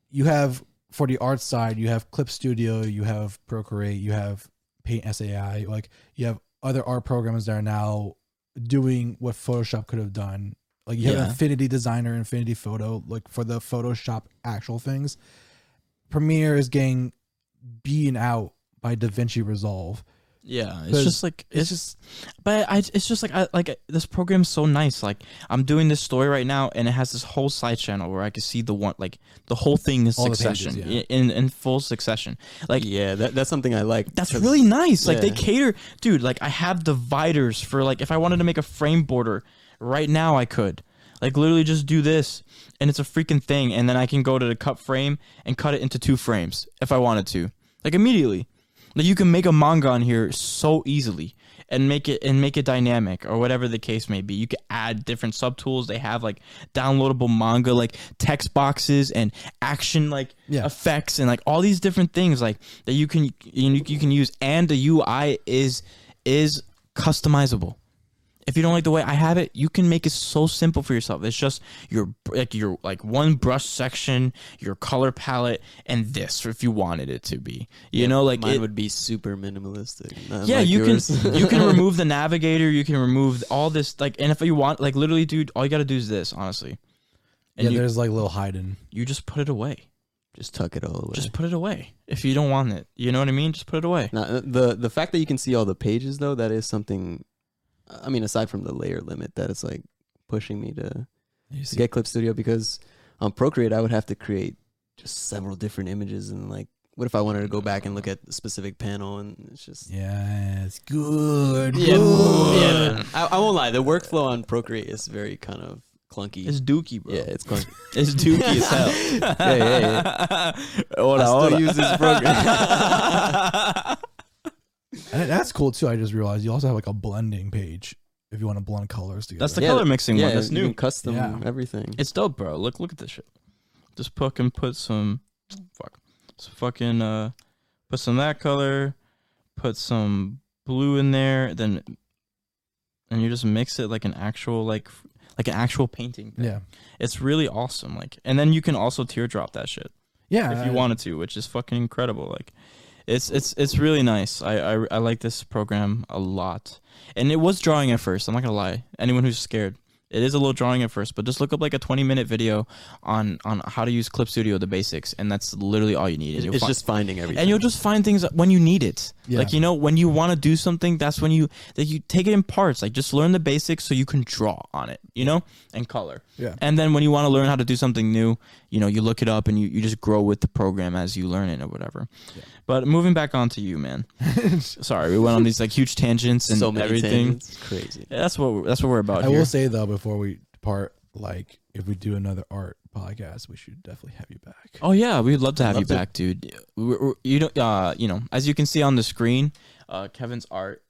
B: you have for the art side, you have Clip Studio, you have Procreate, you have Paint SAI. Like you have other art programs that are now doing what Photoshop could have done. Like you have
A: Yeah.
B: Infinity Designer, Infinity Photo, like for the Photoshop actual things. Premiere is getting beaten out by DaVinci Resolve.
A: yeah, it's
B: Because
A: just like it's, just, but I it's just like I like this program's so nice. Like I'm doing this story right now, and it has this whole side channel where I can see the one like the whole thing in
B: All the pages,
A: succession
B: yeah.
A: i- in in full succession. Like
C: Yeah, that, that's something I like.
A: That's
C: 'cause-
A: really nice. Like they
C: Yeah.
A: cater, dude. Like I have dividers for like if I wanted to make a frame border right now, I could. Like literally just do this, and it's a freaking thing. And then I can go to the cut frame and cut it into two frames if I wanted to, like immediately. Like you can make a manga on here so easily and make it and make it dynamic or whatever the case may be. You can add different sub tools. They have like downloadable manga, like text boxes and action like
B: Yeah.
A: effects and like all these different things like that you can you, you can use. And the UI is is customizable. If you don't like the way I have it, you can make it so simple for yourself. It's just your like your like one brush section, your color palette, and this if you wanted it to be. You know, like
C: mine
A: it,
C: would be super minimalistic. not
A: yeah,
C: like
A: you
C: yours.
A: can you
C: [laughs]
A: can remove the navigator, you can remove all this like and if you want like literally dude, all you got to do is this, honestly. And
B: yeah,
A: you,
B: there's like Lil Hyden.
A: you just put it away.
C: just tuck it all away.
A: Just put it away. If
C: uh,
A: you don't want it, you know what I mean? Just put it away.
C: Now, the the fact that you can see all the pages though, that is something uh, I mean, aside from the layer limit that is like pushing me to,
A: You
C: to
A: see,
C: get Clip Studio because on Procreate I would have to create just several different images and like what if I wanted to go back and look at a specific panel and it's just
B: Yes, good.
C: Yeah,
B: good.
C: yeah. I, I won't lie. The workflow on Procreate is very kind of clunky.
A: it's dookie, bro.
C: yeah, it's clunky.
A: [laughs] It's dookie as [laughs] hell. [laughs]
C: [laughs] Yeah, yeah,
A: yeah. Hola,
C: I still
A: hola.
C: [laughs] use this program.
B: And that's cool too. I just realized you also have like a blending page if you want to blend colors
A: [laughs]
B: together.
A: That's the
C: Yeah,
A: color mixing
C: yeah,
A: one. That's
C: you
A: new.
C: can custom
B: Yeah.
C: everything.
A: It's dope, bro. Look, look at this shit. Just fucking put some, fuck, some fucking uh, put some that color, put some blue in there, then, and you just mix it like an actual like f- like an actual painting. Thing.
B: yeah,
A: it's really awesome. Like, and then you can also teardrop that shit
B: yeah.
A: if you wanted to, which is fucking incredible. Like, it's it's it's really nice. I, I I like this program a lot, and it was drawing at first. I'm not gonna lie. Anyone who's scared, it is a little drawing at first. But just look up like a 20 minute video on on how to use Clip Studio, the basics, and that's literally all you need. And
C: It's,
A: you'll
C: it's
A: fi-
C: just finding everything.
A: and you'll just find things when you need it.
B: Yeah.
A: Like you know, when you want to do something, that's when you that you take it in parts. Like just learn the basics so you can draw on it, you know, and color.
B: Yeah.
A: And then when you want to learn how to do something new, you know, you look it up and you, you just grow with the program as you learn it or whatever. But moving back on to you, [laughs] man. Sorry, we went on these like huge tangents and
C: so many
A: everything.
C: tangents. It's crazy.
A: Yeah, That's what that's what we're about
B: I
A: here.
B: will say though, before we depart, like if we do another art podcast, we should definitely have you back.
A: Oh yeah, we'd love to have you
C: Love to-
A: back, dude. We're, we're- you don't, uh, you know, as you can see on the screen, uh, Kevin's art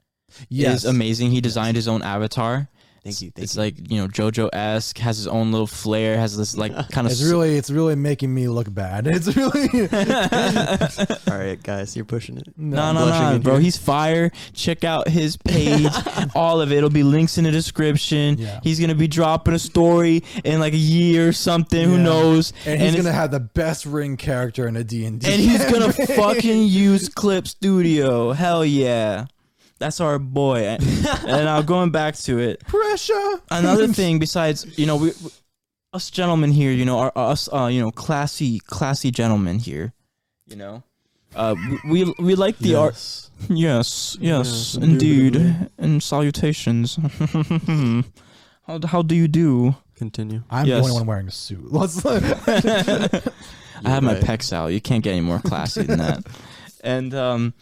A: is amazing. He designed his own avatar.
C: Thank you. Thank
A: it's
C: you.
A: like you know JoJo esque, has his own little flair, has this
C: [laughs]
A: like kind of
B: It's
A: [laughs]
B: really, it's really making me look bad. [laughs] It's really
C: [laughs] All right, guys, you're pushing it.
A: no
C: I'm
A: no
C: blushing
A: no,
C: in
A: bro.
C: here.
A: He's fire. Check out
B: [laughs]
A: his page, all of it. It'll be links in the description.
B: Yeah.
A: He's gonna be dropping a story in like a year or something. Who
B: Yeah.
A: knows?
B: and he's
A: it's-
B: gonna have the best ring character in a D and D.
A: and he's gonna [laughs]
B: [laughs]
A: fucking use Clip Studio. Hell yeah. That's our boy. and now going back to it,
B: pressure. [laughs]
A: another thing besides you know we, we- us gentlemen here you know are us uh you know classy classy gentlemen here you know uh we we, we like the art yes yes
C: Yes,
A: indeed
C: indubitably.
A: and salutations [laughs] how, how do you
C: [laughs]
A: do
C: Continue.
B: I'm
A: Yes.
B: the only one wearing a suit. [laughs] Let's look.
A: I have my
C: right.
A: pecs out. You can't get any more classy than
C: [laughs]
A: that. And um,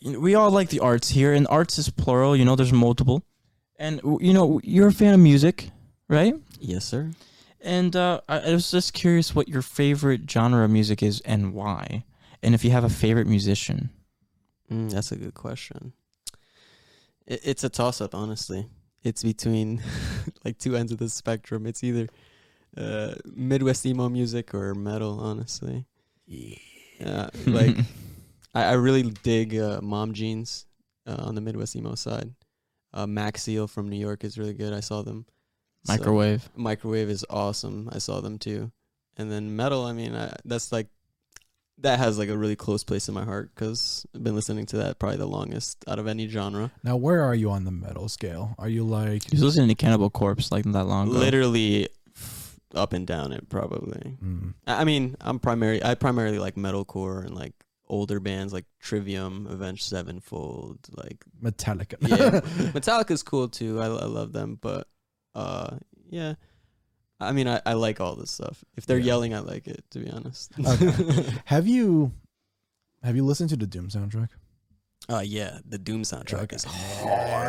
A: you know, we all like the arts here, and arts is plural. You know, there's multiple. And w- you know, you're a fan of music, right?
C: Yes, sir.
A: And uh, I, I was just curious what your favorite genre of music is and why, and if you have a favorite musician.
C: Mm, that's a good question. It, it's a toss up, honestly. It's between [laughs] like two ends of the spectrum. It's either uh, Midwest emo music or metal, honestly. Yeah. like, I, I really dig uh, Mom Jeans uh, on the Midwest emo side. Uh, Maxiel from New York is really good. I saw them. So-
A: [laughs] microwave.
C: Microwave is awesome. I saw them too. And then metal, I mean, I, that's like that has like a really close place in my heart because I've been listening to that probably the longest out of any genre.
B: now, where are you on the metal scale? Are you like?
A: He was listening to Cannibal Corpse like that long ago. [laughs]
C: Literally f- up and down it probably.
B: Mm.
C: I I mean, I'm primary. I primarily like metalcore and like older bands like Trivium, Avenged Sevenfold,
B: [laughs]
C: like
B: Metallica.
C: yeah, Metallica's cool too. I, I love them, but uh, yeah. I mean, I, I like all this stuff. If they're
B: Yeah.
C: yelling, I like it. To be honest.
B: [laughs] Okay. have you have you listened to the Doom soundtrack?
C: uh, yeah, the Doom soundtrack is
A: Uh,
C: hard.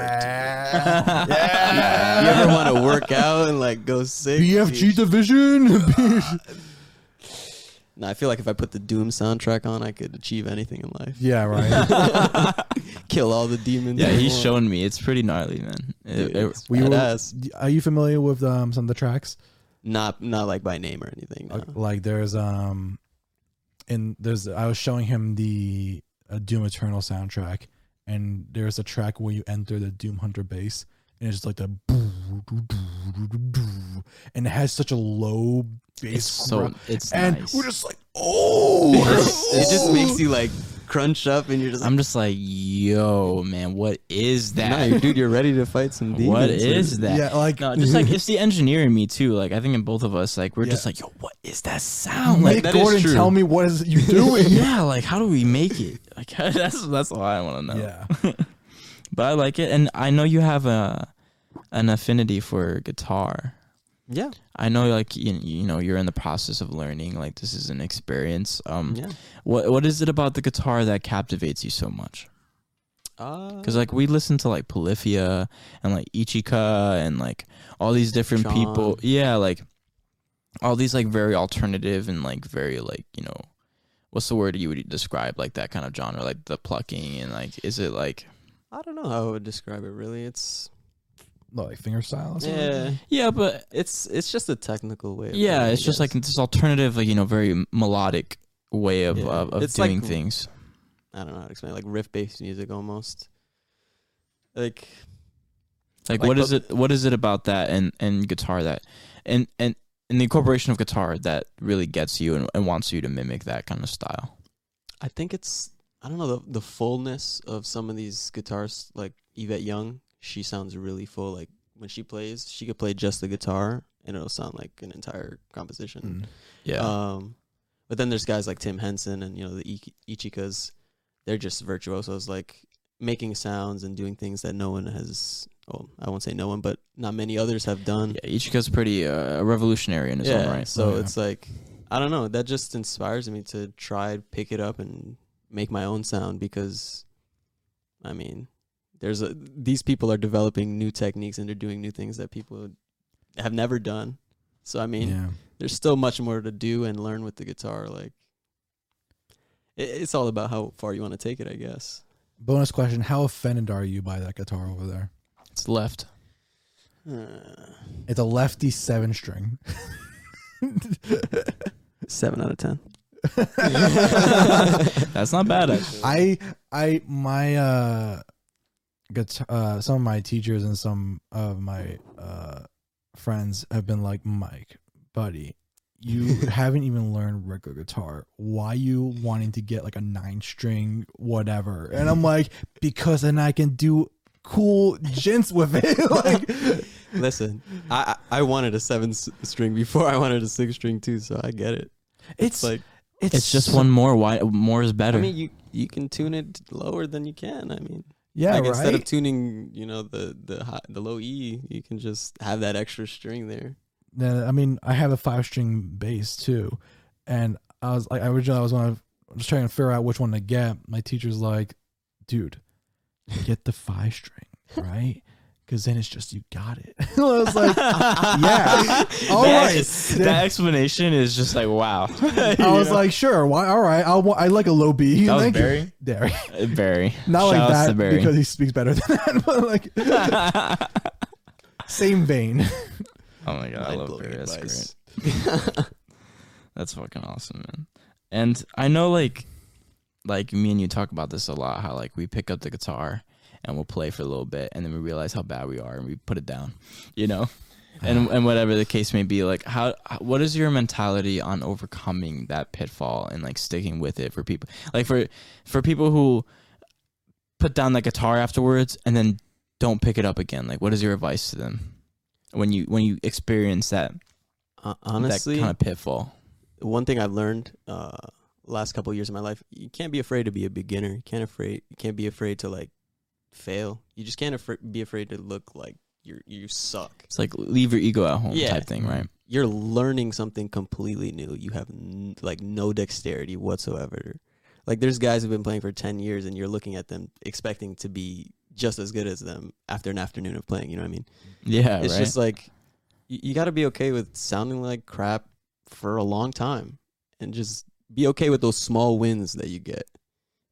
B: Yeah.
C: dude. you ever want to work out and like go sick?
B: BFG division. [laughs]
C: No, I feel like if I put the Doom soundtrack on, I could achieve anything in life.
B: yeah, right.
C: [laughs] Kill all the
A: [laughs]
C: demons.
A: yeah,
C: I
A: he's
C: want.
A: shown me. It's pretty gnarly, man. It-
C: Dude,
A: it-
C: it's
B: We were-
C: badass.
B: Are you familiar with um, some of the tracks?
C: not not like by name or anything. no.
B: Like there's um, and there's I was showing him the uh, Doom Eternal soundtrack, and there's a track where you enter the Doom Hunter base, and it's just like the, and it has such a low bass.
A: it's so
B: grunt,
A: it's
B: and
A: nice.
B: we're just like, oh,
C: it just makes you like crunch up, and you're just like,
A: I'm just like, yo, man, what is that?
C: nah,
A: [laughs]
C: dude, you're ready to fight some demons.
A: what
C: dude."
A: is that?
B: Yeah, like-
A: no, just
B: [laughs]
A: like it's the engineer in me too. Like I think in both of us, like we're just
B: Yeah.
A: like, yo, what is that sound? Like
B: Nick
C: [laughs] that is
B: Gordon,
C: true.
B: tell me what is it you
C: [laughs]
B: doing?
A: [laughs] yeah, like how do we make it? [laughs] Like that's that's all I want to know.
B: yeah.
A: But I like it, and I know you have a an affinity for guitar.
C: Yeah.
A: I know, like you, you know, you're in the process of learning. Like this is an experience. Um,
C: Yeah.
A: what what is it about the guitar that captivates you so much? Because
C: Because
A: like we listen to like Polyphia and like Ichika and like all these different people.
C: Sean.
A: Yeah, like all these like very alternative and like very like you know, what's the word you would describe like that kind of genre? Like the plucking and like is it like
C: I don't know how I would describe it really. It's
B: Like finger styles.
C: yeah.
A: yeah, but
C: It's it's just a technical way. Of
A: yeah,
C: putting it,
A: it's just
C: yes.
A: like this alternative, like you know, very melodic way of
C: Yeah.
A: of, of
C: It's like-
A: doing things.
C: I don't know how to explain it, like riff based music almost. Like
A: Like,
C: Like,
A: what
C: but-
A: is it? What is it about that and and guitar that and and and the incorporation of guitar that really gets you and, and wants you to mimic that kind of style?
C: I think it's I don't know the the fullness of some of these guitars. Like Yvette Young, she sounds really full. Like when she plays, she could play just the guitar and it'll sound like an entire composition.
B: Mm.
A: Yeah,
C: Um, but then there's guys like Tim Henson and you know the Iki- Ichikas, they're just virtuosos, like making sounds and doing things that no one has. Well, I won't say no one, but not many others have done.
A: yeah. Ichika's pretty uh, revolutionary in his own right.
C: So
B: Oh, yeah.
C: it's like I don't know. That just inspires me to try pick it up and make my own sound because, I mean, there's a these people are developing new techniques and they're doing new things that people have never done. So I mean,
B: yeah.
C: there's still much more to do and learn with the guitar. Like, it, it's all about how far you want to take it, I guess.
B: Bonus question: How offended are you by that guitar over there?
A: It's left.
C: Uh,
B: It's a lefty seven string.
C: Seven out of ten.
A: That's not bad. Actually.
B: I I my uh, guitar, uh some of my teachers and some of my uh friends have been like Mike, buddy, you
A: [laughs]
B: haven't even learned regular guitar. Why you wanting to get like a nine string whatever? And I'm like because then I can do cool gents with it. [laughs] like
C: Listen, I, I I wanted a seven s- string before I wanted a six string too, so I get it.
B: it's
C: It's like
A: It's just one more. Why more is better? [laughs]
C: I mean, you you can tune it lower than you can. I mean,
B: yeah
C: like
B: right.
C: instead of tuning, you know, the the high, the low E, you can just have that extra string there.
B: then I mean I have a five string bass too, and I was like I originally I was when I was just trying to figure out which one to get. My teacher's like, dude, get the five string, right? Because then it's just you got it. [laughs] I was like, yeah, all
A: That
B: right.
A: is- that explanation is just like
B: [laughs]
A: wow.
B: I was like, sure, why? All right, I I like a low B.
A: That was
B: Thank you.
A: Barry?
B: Barry. [laughs]
A: Barry.
B: Not
A: Shoutouts
B: like
A: to
B: that
A: Barry.
B: because he speaks better [laughs] than that. But like same vein.
A: Oh my god, I love
C: Mind-blowing
A: Barry. That's great.
C: advice.
A: [laughs] That's fucking awesome, man. And I know, like, like me and you talk about this a lot. How like we pick up the guitar and we'll play for a little bit, and then we realize how bad we are, and we put it down. You
C: [sighs]
A: know, and and whatever the case may be, like how what is your mentality on overcoming that pitfall and like sticking with it for people, like for for people who put down the guitar afterwards and then don't pick it up again. Like, what is your advice to them when you when you experience that
C: Hon- Honestly,
A: that kind of pitfall?
C: one thing I've learned uh last couple of years of my life, you can't be afraid to be a beginner. You can't afraid you can't be afraid to like fail. You just can't afra- be afraid to look like you are you suck.
A: It's like leave your ego at home
C: Yeah.
A: type thing, right?
C: You're learning something completely new. You have n- like no dexterity whatsoever. Like there's guys who've been playing for 10 years and you're looking at them expecting to be just as good as them after an afternoon of playing, you know what I mean?
A: Yeah,
C: it's
A: right.
C: just like you, you got to be okay with sounding like crap for a long time and just be okay with those small wins that you get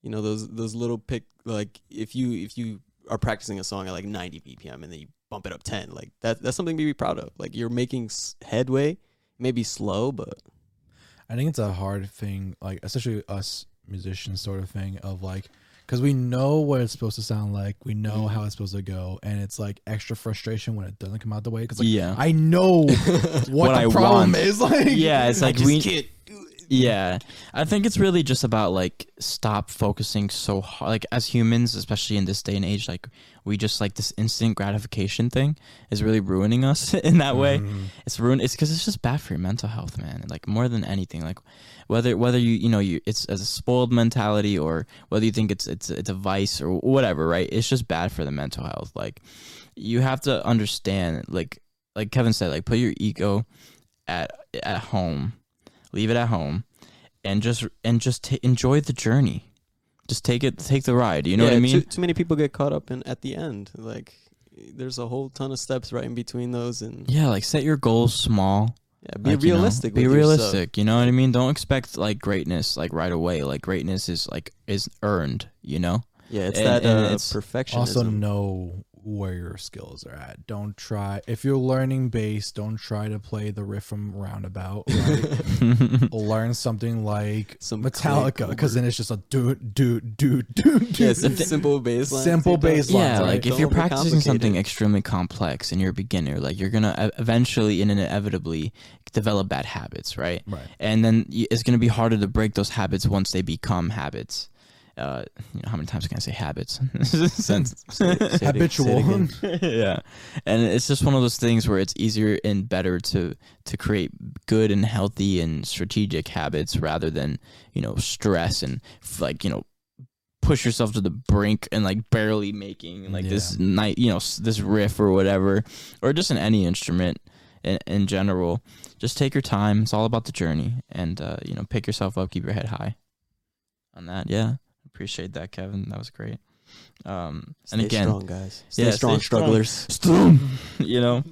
C: you know those those little pick like if you if you are practicing a song at like 90 bpm and then you bump it up 10 like that that's something to be proud of like you're making s- headway maybe slow but
B: I think it's a hard thing, like especially us musicians, sort of thing of like, because we know what it's supposed to sound like, we know
A: Mm-hmm.
B: how it's supposed to go, and it's like extra frustration when it doesn't come out the way. Because like,
A: [laughs] yeah,
B: I know what,
A: What
B: the
A: I
B: problem
A: want.
B: is. [laughs] Like,
A: yeah. It's like we
C: can't
A: Yeah, I think it's really just about like stop focusing so hard. Like as humans, especially in this day and age, like we just like this instant gratification thing is really ruining us [laughs] in that way.
C: Mm-hmm.
A: It's ruin. It's because it's just bad for your mental health, man. Like more than anything, like whether whether you you know you it's as a spoiled mentality or whether you think it's it's it's a vice or whatever, right? It's just bad for the mental health. Like you have to understand, like like Kevin said, like put your ego at at home leave it at home and just and just t- enjoy the journey just take it take the ride you know what i
C: Yeah,
A: mean
C: Too, too many people get caught up in at the end. Like, there's a whole ton of steps right in between those, and
A: yeah like set your goals small
C: yeah, be
A: Like, you know,
C: realistic.
A: be
C: with yourself.
A: realistic you know what i mean don't expect like greatness like right away like greatness is like is earned you know
C: Yeah, it's
A: And-
C: that
A: and
C: uh,
A: it's-
C: perfectionism.
B: Also, know where your skills are at. Don't try if you're learning bass. Don't try to play the riff from Roundabout.
A: [laughs]
B: Right? Learn something like
C: Some
B: Metallica,
C: click
B: because then it's just a do do do do do.
A: [laughs]
C: yeah, sim- simple bass lines.
B: Simple
C: they don't-
B: bass lines,
A: yeah
B: right?
A: like if
C: Don't
A: you're practicing
C: overcomplicate
A: something
C: it.
A: extremely complex and you're a beginner like you're gonna e- eventually and inevitably develop bad habits right
B: Right.
A: and then y- it's going to be harder to break those habits once they become habits. Uh, you know, how many times can I say habits? [laughs] Since-
B: Habitual.
A: [laughs] yeah, and it's just one of those things where it's easier and better to to create good and healthy and strategic habits rather than you know stress and f- like you know push yourself to the brink and like barely making like this night you know s- this riff or whatever or just in any instrument in, in general just take your time it's all about the journey and uh, you know pick yourself up keep your head high on that yeah appreciate that kevin that was great um and
C: Stay
A: again
C: strong, guys. Stay
A: Yeah, stay
C: strong,
A: strong.
C: strugglers.
A: [laughs] you know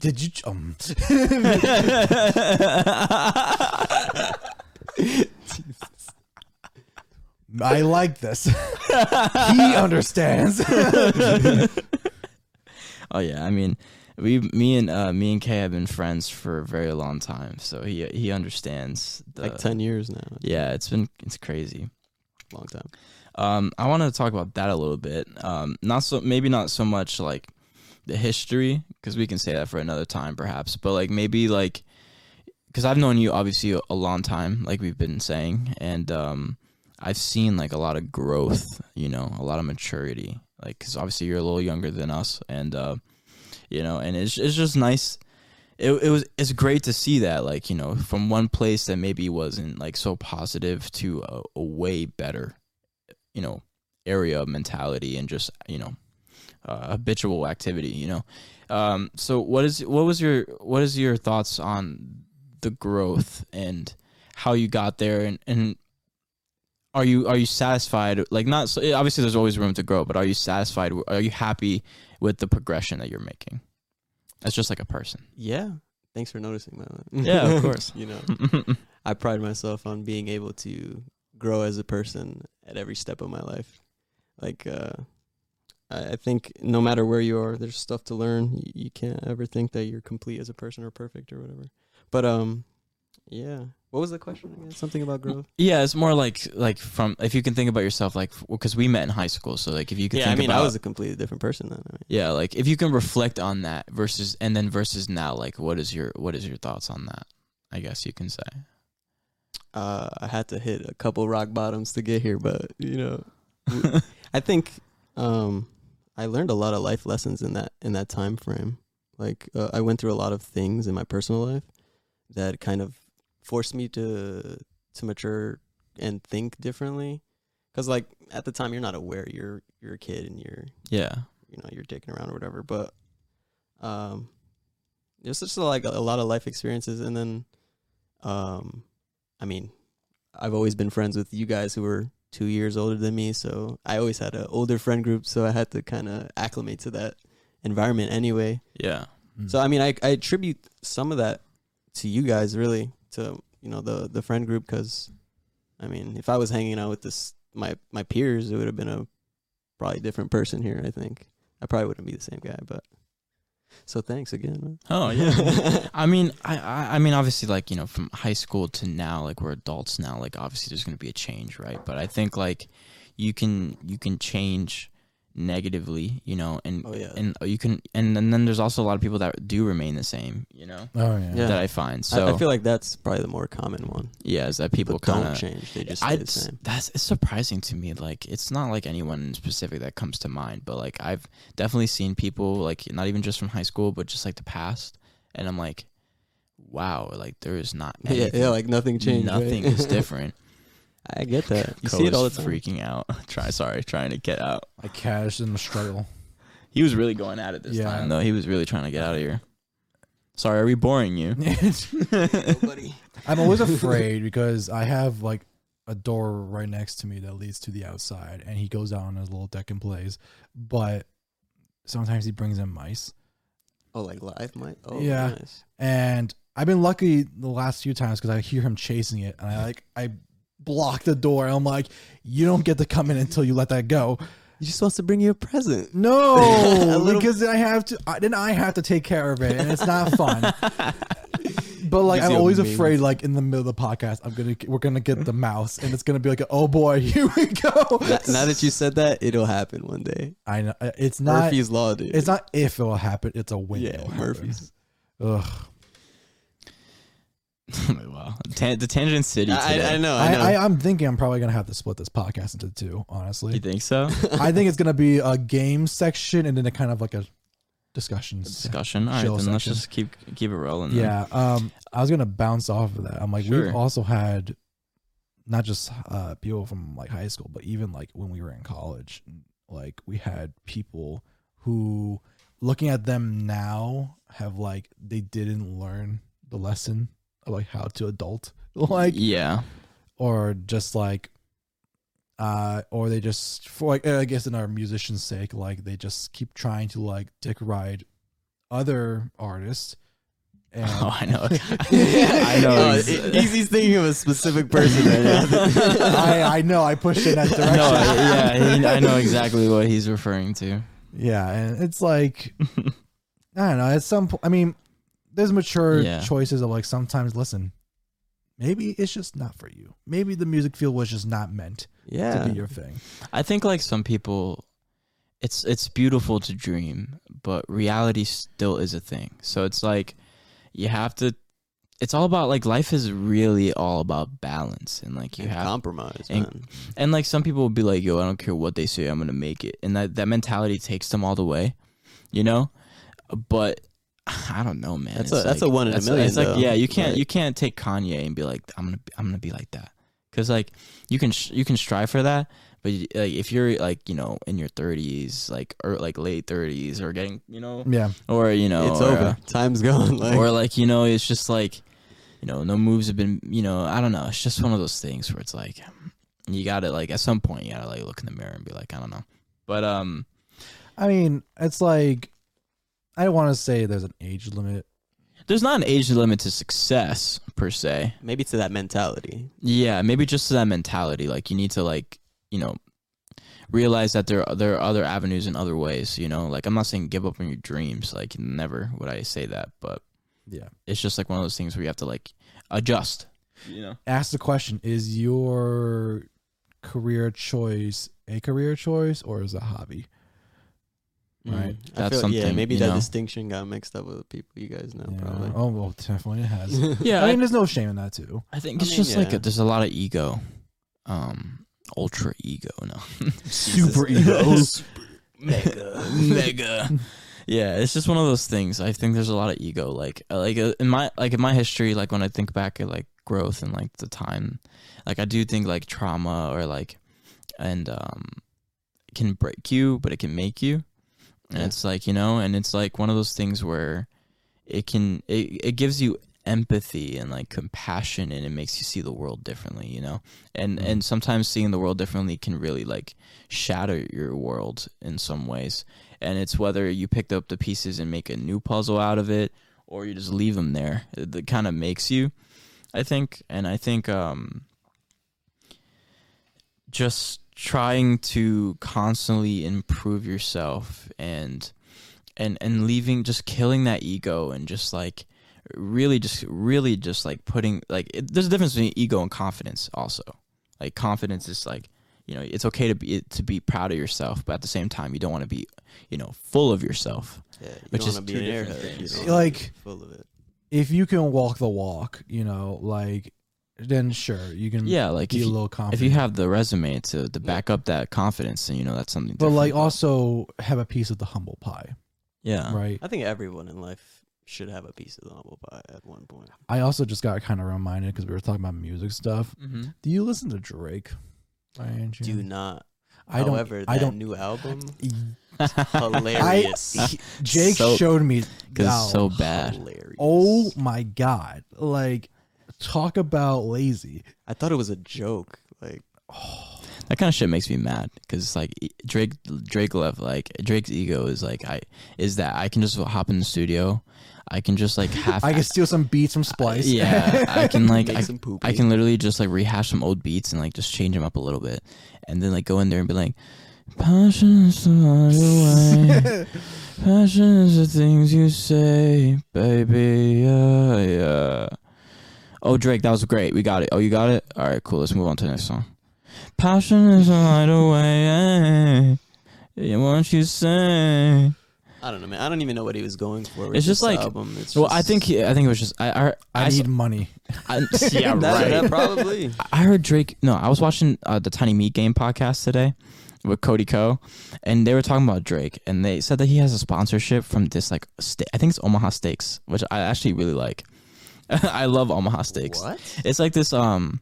B: Did you? Um, I like this. [laughs] he understands.
A: Oh yeah, I mean, we, me and uh, me and Kay have been friends for a very long time, so he he understands. The,
C: like ten years now.
A: yeah, it's been it's crazy.
C: long time.
A: Um, I want to talk about that a little bit. Um, not so maybe not so much like the history because we can say that for another time perhaps, but like maybe like because I've known you obviously a- a long time, like we've been saying, and um, I've seen like a lot of growth, you know, a lot of maturity, like because obviously you're a little younger than us, and uh, you know, and it's it's just nice. It, it was it's great to see that like you know from one place that maybe wasn't like so positive to a, a way better you know area of mentality and just you know uh, habitual activity you know um so what is what was your what is your thoughts on the growth and how you got there and and are you are you satisfied like not so, obviously there's always room to grow but are you satisfied are you happy with the progression that you're making as just like a person
C: Yeah. Thanks for noticing, by the way.
A: Yeah,
C: [laughs]
A: of course. Mm.
C: you know, I pride myself on being able to grow as a person at every step of my life. Like, uh, I I think no matter where you are, there's stuff to learn. Y- You can't ever think that you're complete as a person or perfect or whatever. But um, yeah. What was the question again? Something about growth.
A: [laughs] yeah it's more like like from if you can think about yourself like because we met in high school so like if you could
C: Yeah, I
A: think
C: mean,
A: about
C: I was a completely different person then. I mean,
A: Yeah, like if you can reflect on that versus and then versus now, like what is your what is your thoughts on that? I guess you can say.
C: uh, I had to hit a couple rock bottoms to get here, but you know, w- I think um, I learned a lot of life lessons in that in that time frame. Like uh, I went through a lot of things in my personal life that kind of forced me to to mature and think differently. Because like at the time, you're not aware you're you're a kid and you're
A: Yeah.
C: you know you're dicking around or whatever but um there's just like a, lot of life experiences and then um i mean i've always been friends with you guys who were two years older than me so i always had an older friend group so i had to kind of acclimate to that environment anyway
A: Yeah.
C: so I mean, I, I attribute some of that to you guys, really, to you know the the friend group, because I mean, if I was hanging out with this my my peers, it would have been a probably different person here. I think I probably wouldn't be the same guy, but so thanks again.
A: Oh [laughs] yeah. I mean, I, I I mean, obviously, like you know, from high school to now, like we're adults now. Like obviously, there's going to be a change, right? But I think like you can you can change negatively, you know, and
C: Oh, yeah.
A: and you can and, and then there's also a lot of people that do remain the same, you know,
B: Oh yeah.
C: Yeah.
A: that I find.
C: I-
A: So
C: I, feel like that's probably the more common one.
A: yeah, is that people
C: People
A: kind
C: don't
A: of
C: change; they just stay
A: I [laughs]
C: the same.
A: that's it's surprising to me. Like it's not like anyone in specific that comes to mind, but like I've definitely seen people like not even just from high school, but just like the past, and I'm like, wow, like there is not
C: [laughs] Yeah,
A: anything.
C: yeah, like nothing changed. right?
A: nothing
C: [laughs]
A: is different.
C: I get that.
A: [laughs]
C: You
A: Cole
C: see it all the
A: is
C: time.
A: freaking out. [laughs] Try sorry, trying to get out.
B: I cashed in the struggle.
A: He was really going at it this
B: Yeah.
A: time though. He was really trying to get out of here. Sorry, are we boring
C: [laughs]
A: you? [laughs]
B: I'm always afraid because I have like a door right next to me that leads to the outside, and he goes out on his little deck and plays. But sometimes he brings in mice,
C: Oh, like live mic. Oh,
B: Yeah.
C: Nice.
B: and I've been lucky the last few times because I hear him chasing it, and I like I block the door. I'm like, you don't get to come in until you let that go.
C: You're supposed to bring you a present. [laughs] A
B: No,
C: little-
B: because then I have to. I, then I have to take care of it, and it's not
C: [laughs]
B: fun. but like,
C: Gives
B: I'm
C: you a
B: always
C: meme.
B: afraid. Like in the middle of the podcast, I'm gonna we're gonna get the mouse, and it's gonna be like, oh boy, [laughs] here we go.
C: Now, now that you said that, it'll happen one day.
B: I know it's not.
C: Murphy's law, dude.
B: It's not if it will happen. It's a when.
C: yeah,
B: it'll happen.
C: Murphy's.
B: Ugh.
A: wow, Tan- the tangent city
C: I,
A: today.
C: I, I know. I know. [laughs]
B: I, I, I'm thinking I'm probably gonna have to split this podcast into two.
A: You
B: Honestly,
A: think so?
B: I think it's gonna be a game section and then a kind of like a discussion. section.
A: Discussion. All right,
B: Chill
A: then let's
B: section.
A: just keep keep it rolling. then.
B: Yeah. Um, I was gonna bounce off of that. I'm like, we've
A: Sure.
B: also had not just uh people from like high school, but even like when we were in college, like we had people who, looking at them now, have like they didn't learn the lesson of like how to adult, [laughs] like
A: yeah.
B: or just like. Uh, or they just for like I guess in our musicians' sake, like they just keep trying to like dick ride other
A: [laughs]
B: artists. And
A: Oh, I know. I know.
C: Oh,
A: ex-
C: [laughs] e- Easy's thinking of a specific person right [laughs]
B: [laughs]
C: now.
B: I, I know I pushed in
A: [laughs]
B: that
A: no,
B: direction.
A: I, yeah, he- I know exactly what he's referring to.
B: Yeah, and it's like I don't know. At some point, I mean, there's mature
A: Yeah.
B: choices of like sometimes listen. Maybe it's just not for you. Maybe the music field was just not meant
C: yeah.
B: to be your thing.
A: I think like some people, it's it's beautiful to dream, but reality still is a thing. So it's like you have to. It's all about like life is really all about balance and like you
C: And
A: have
C: compromise,
A: and-
C: man.
A: and like some people will be like, "Yo, I don't care what they say, I'm gonna make it," and that that mentality takes them all the way, you know. But [sighs] I don't know, man.
C: That's
A: It's
C: a- that's a one in a
A: that's-
C: million,
A: It's like
C: though.
A: yeah, you can't
C: Right.
A: you can't take Kanye and be like, "I'm gonna be- I'm gonna be like that," because like you can sh- you can strive for that, but like if you're like you know in your 30s, like or like late 30s, or getting you know,
B: Yeah,
A: or you know,
C: Mm. it's
A: or,
C: over.
A: uh,
C: Time's gone. Like,
A: or like you know it's just like you know no moves have been you know i don't know it's just one of those things where it's like you gotta like at some point you gotta like look in the mirror and be like i don't know but um
B: I mean, it's like I don't want to say there's an age limit.
A: there's not an age limit to success per se
C: maybe to that mentality.
A: yeah maybe just that mentality like you need to like you know realize that there are, there are other avenues and other ways you know like i'm not saying give up on your dreams like never would i say that but
B: Yeah.
A: it's just like one of those things where you have to like adjust you know
B: Ask the question: Is your career choice a career choice or is it a hobby? Right.
C: Mm. Mm-hmm. I
A: That's
C: feel- Yeah,
A: something,
C: maybe
A: you
C: that
A: know?
C: distinction got mixed up with the people you guys know,
B: Yeah.
C: probably. [laughs]
B: Oh well, definitely it has.
A: yeah
B: I mean, there's no shame in that too.
A: I think
C: I
A: it's
C: mean,
A: just like
C: yeah.
A: a, there's a lot of ego, um, ultra ego. No,
C: [laughs]
B: Super ego.
A: mega, [laughs] mega. Yeah, it's just one of those things. I think there's a lot of ego. Like, uh, like uh, in my like in my history, like when I think back at like growth and like the time, like I do think like trauma or like, and um, it can break you, but it can make you. And
C: Yeah.
A: it's like you know, and it's like one of those things where it can it, it gives you empathy and like compassion and it makes you see the world differently you know and and sometimes seeing the world differently can really like shatter your world in some ways and it's whether you picked up the pieces and make a new puzzle out of it or you just leave them there It- that kind of makes you i think and i think um just trying to constantly improve yourself and and and leaving just killing that ego and just like really just really just like putting like it, there's a difference between ego and confidence also like confidence is like you know it's okay to be to be proud of yourself, but at the same time you don't want to be you know full of yourself.
C: Yeah, you
A: Which
C: don't
A: is
C: wanna be
A: two
C: an
A: different
C: airhead,
A: things.
C: you don't
B: Like-
C: wanna be full of it.
B: if you can walk the walk, you know, like then sure you can
A: Yeah, like
B: be
A: if
B: a
A: you,
B: little
A: if
B: confident.
A: you have the resume to to back up that confidence, and you know that's something.
B: but
A: different,
B: like also have a piece of the humble pie,
A: yeah,
B: right?
C: I think everyone in life should have a piece of the humble pie at one point.
B: I also just got kind of reminded because we were talking about music stuff.
A: [laughs] Mm-hmm.
B: Do you listen to Drake? by any chance?
C: Do not.
B: I don't.
C: However, that
B: I don't.
C: new album,
B: I,
C: hilarious.
B: he- Jake
A: So-
B: showed me
A: Because
B: now.
A: it's so bad.
C: hilarious.
B: Oh my god! Like, talk about lazy.
C: I thought it was a joke. Like
A: That kind of shit makes me mad because it's like e- Drake, Drake left. Like Drake's ego is like I is that I can just hop in the studio, I can just
B: [laughs]
A: like half.
B: I can steal some beats from Splice.
A: Yeah, I
C: [laughs]
A: can like
C: make
A: I,
C: some poopy.
A: I can literally just like rehash some old beats and like just change them up a little bit, and then like go in there and be like, passion is the highway,
C: [laughs]
A: passion is the things you say, baby, yeah, yeah. Oh Drake, that was great. We got it. Oh, you got it. All right, cool. Let's move on to the next song. Passion is a hideaway. Yeah, why don't you say?
C: I don't know, man. I don't even know what he was going for. With
A: It's just
C: this
A: like-
C: album. It's
A: Well,
C: just,
A: I think he, I think it was just I I,
B: I
A: I-
B: need money.
A: I- [laughs] yeah
C: [laughs] that,
A: right.
C: [laughs] that probably.
A: I heard Drake. No, I was watching uh, the Tiny Meat Game podcast today with Cody Co, and they were talking about Drake, and they said that he has a sponsorship from this like ste- I think it's Omaha Steaks, which I actually really like. [laughs] I love Omaha Steaks.
C: What?
A: It's like this. Um,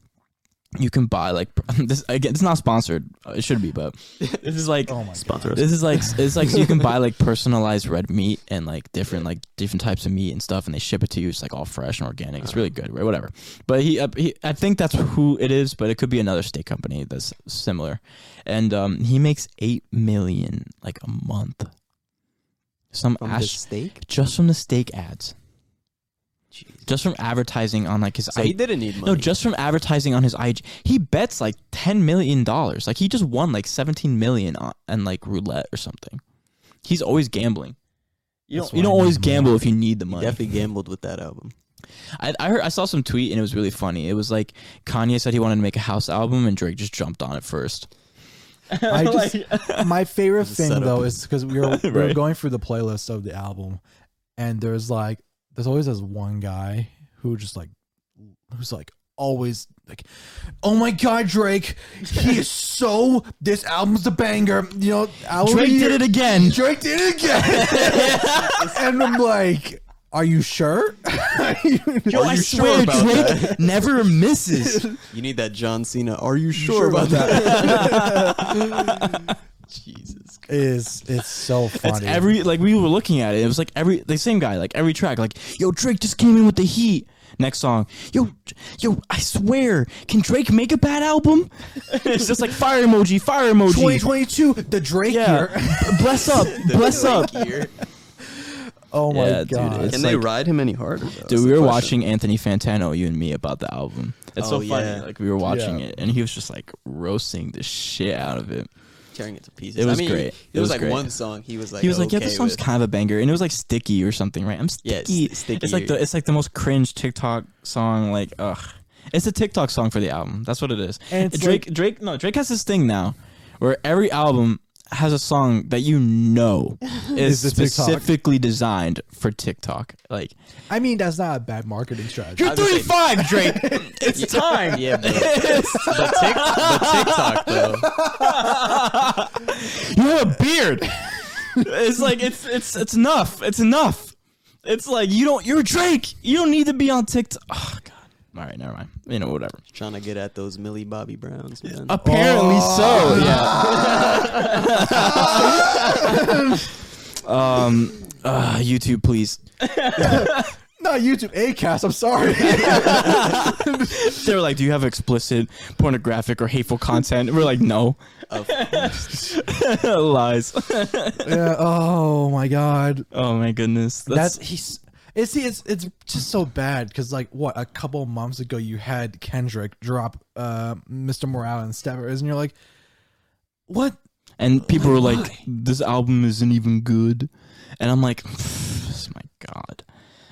A: you can buy like [laughs] this again. It's not sponsored. Uh, It should be, but this is like.
B: Oh my god!
C: Sponsor us.
A: This is like it's like so you can buy like personalized red meat and like different like different types of meat and stuff, and they ship it to you. It's like all fresh and organic.
C: Uh-huh.
A: It's really good, right? Whatever. But he, uh, he I think that's who it is, but it could be another steak company that's similar. And um, he makes eight million like a month. Some
C: [laughs] From the
A: ash
C: steak.
A: just from the steak ads,
C: Jeez.
A: just from advertising on like his.
C: So
A: I-
C: he didn't need money.
A: no, just from advertising on his IG. He bets like ten million dollars. Like he just won like seventeen million on and like roulette or something. He's always gambling. You
B: That's
A: don't, you
B: why
A: don't
B: I
A: always
B: need money.
A: gamble if you need the
C: He
A: money.
C: definitely gambled with that album.
A: I, I heard I saw some tweet and it was really funny. It was like Kanye said he wanted to make a house album and Drake just jumped on it first. [laughs]
B: I just my favorite
C: It's a
B: thing
C: setup.
B: though is because we were we were
A: Right.
B: going through the playlist of the album, and there's like there's always this one guy who just like who's like always like, oh my god, Drake,
A: [laughs]
B: he is so this album's a banger, you know. Album
A: Drake did it again.
B: Drake did it again,
A: [laughs]
B: and I'm like. Are you sure? [laughs] Are you-
A: Yo, Oh, I swear Drake never [laughs] misses.
C: You need that John Cena. Are you sure,
B: sure
C: about,
B: about
C: that? Jesus.
B: It is it's so funny.
A: It's every like we were looking at it. It was like every the same guy, like every track, like yo Drake just came in with the heat. Next song, yo, yo, I swear, can Drake make a bad album? [laughs] it's just like fire emoji, fire emoji.
B: 2022, the Drake
A: Yeah,
B: year. [laughs]
A: [laughs] bless
C: [laughs]
A: up, bless up.
C: Here.
B: Oh my
A: Yeah, dude,
B: god!
A: it's-
C: Can they
A: like-
C: ride him any harder? though? That's
A: Dude, we
C: the
A: were
C: question.
A: watching Anthony Fantano, you and me, about the album. It's
C: Oh,
A: so funny.
C: yeah.
A: Like we were watching
B: Yeah.
A: it, and he was just like roasting the shit out of it.
C: tearing it to pieces.
A: It was
C: I mean,
A: great. It
C: There was,
A: was
C: like
A: great.
C: one song he was like,
A: he was like, "Yeah,
C: okay
A: this song's
C: with.
A: kind of a banger," and it was like "Sticky" or something, right? I'm
C: Yeah, it's
A: sticky.
C: th- sticky.
A: It's like the it's like the most cringe TikTok song. Like, ugh, it's a TikTok song for the album. That's what it is.
B: And it's
A: Drake, Drake, no, Drake has this thing now where every album has a song that you know is
B: Is a TikTok.
A: specifically designed for TikTok. Like,
B: I mean, that's not a bad marketing strategy.
A: you're 35, Drake. [laughs] it's time.
C: yeah, but,
A: [laughs]
C: but, Tik- but TikTok though.
A: You have a beard. it's like it's it's it's enough. It's enough. It's like you don't. You're Drake. You don't need to be on TikTok. Oh God. All right, never mind. You know, whatever.
C: Trying to get at those Millie Bobby Browns, man.
A: Apparently so. Yeah. [laughs] um. Uh, YouTube, please.
B: Not YouTube, Acast. I'm [laughs] sorry.
A: They were like, "Do you have explicit, pornographic, or hateful content?" We're like, "No." [laughs] Lies.
B: yeah, oh my god,
A: Oh my goodness.
B: that's,
A: That's,
B: he's. It's see, it's it's just so bad because like what a couple months ago you had Kendrick drop uh Mr. Morale and Steppers, and you're like, what?
A: and people were like, "This album isn't even good," and I'm like, "My God."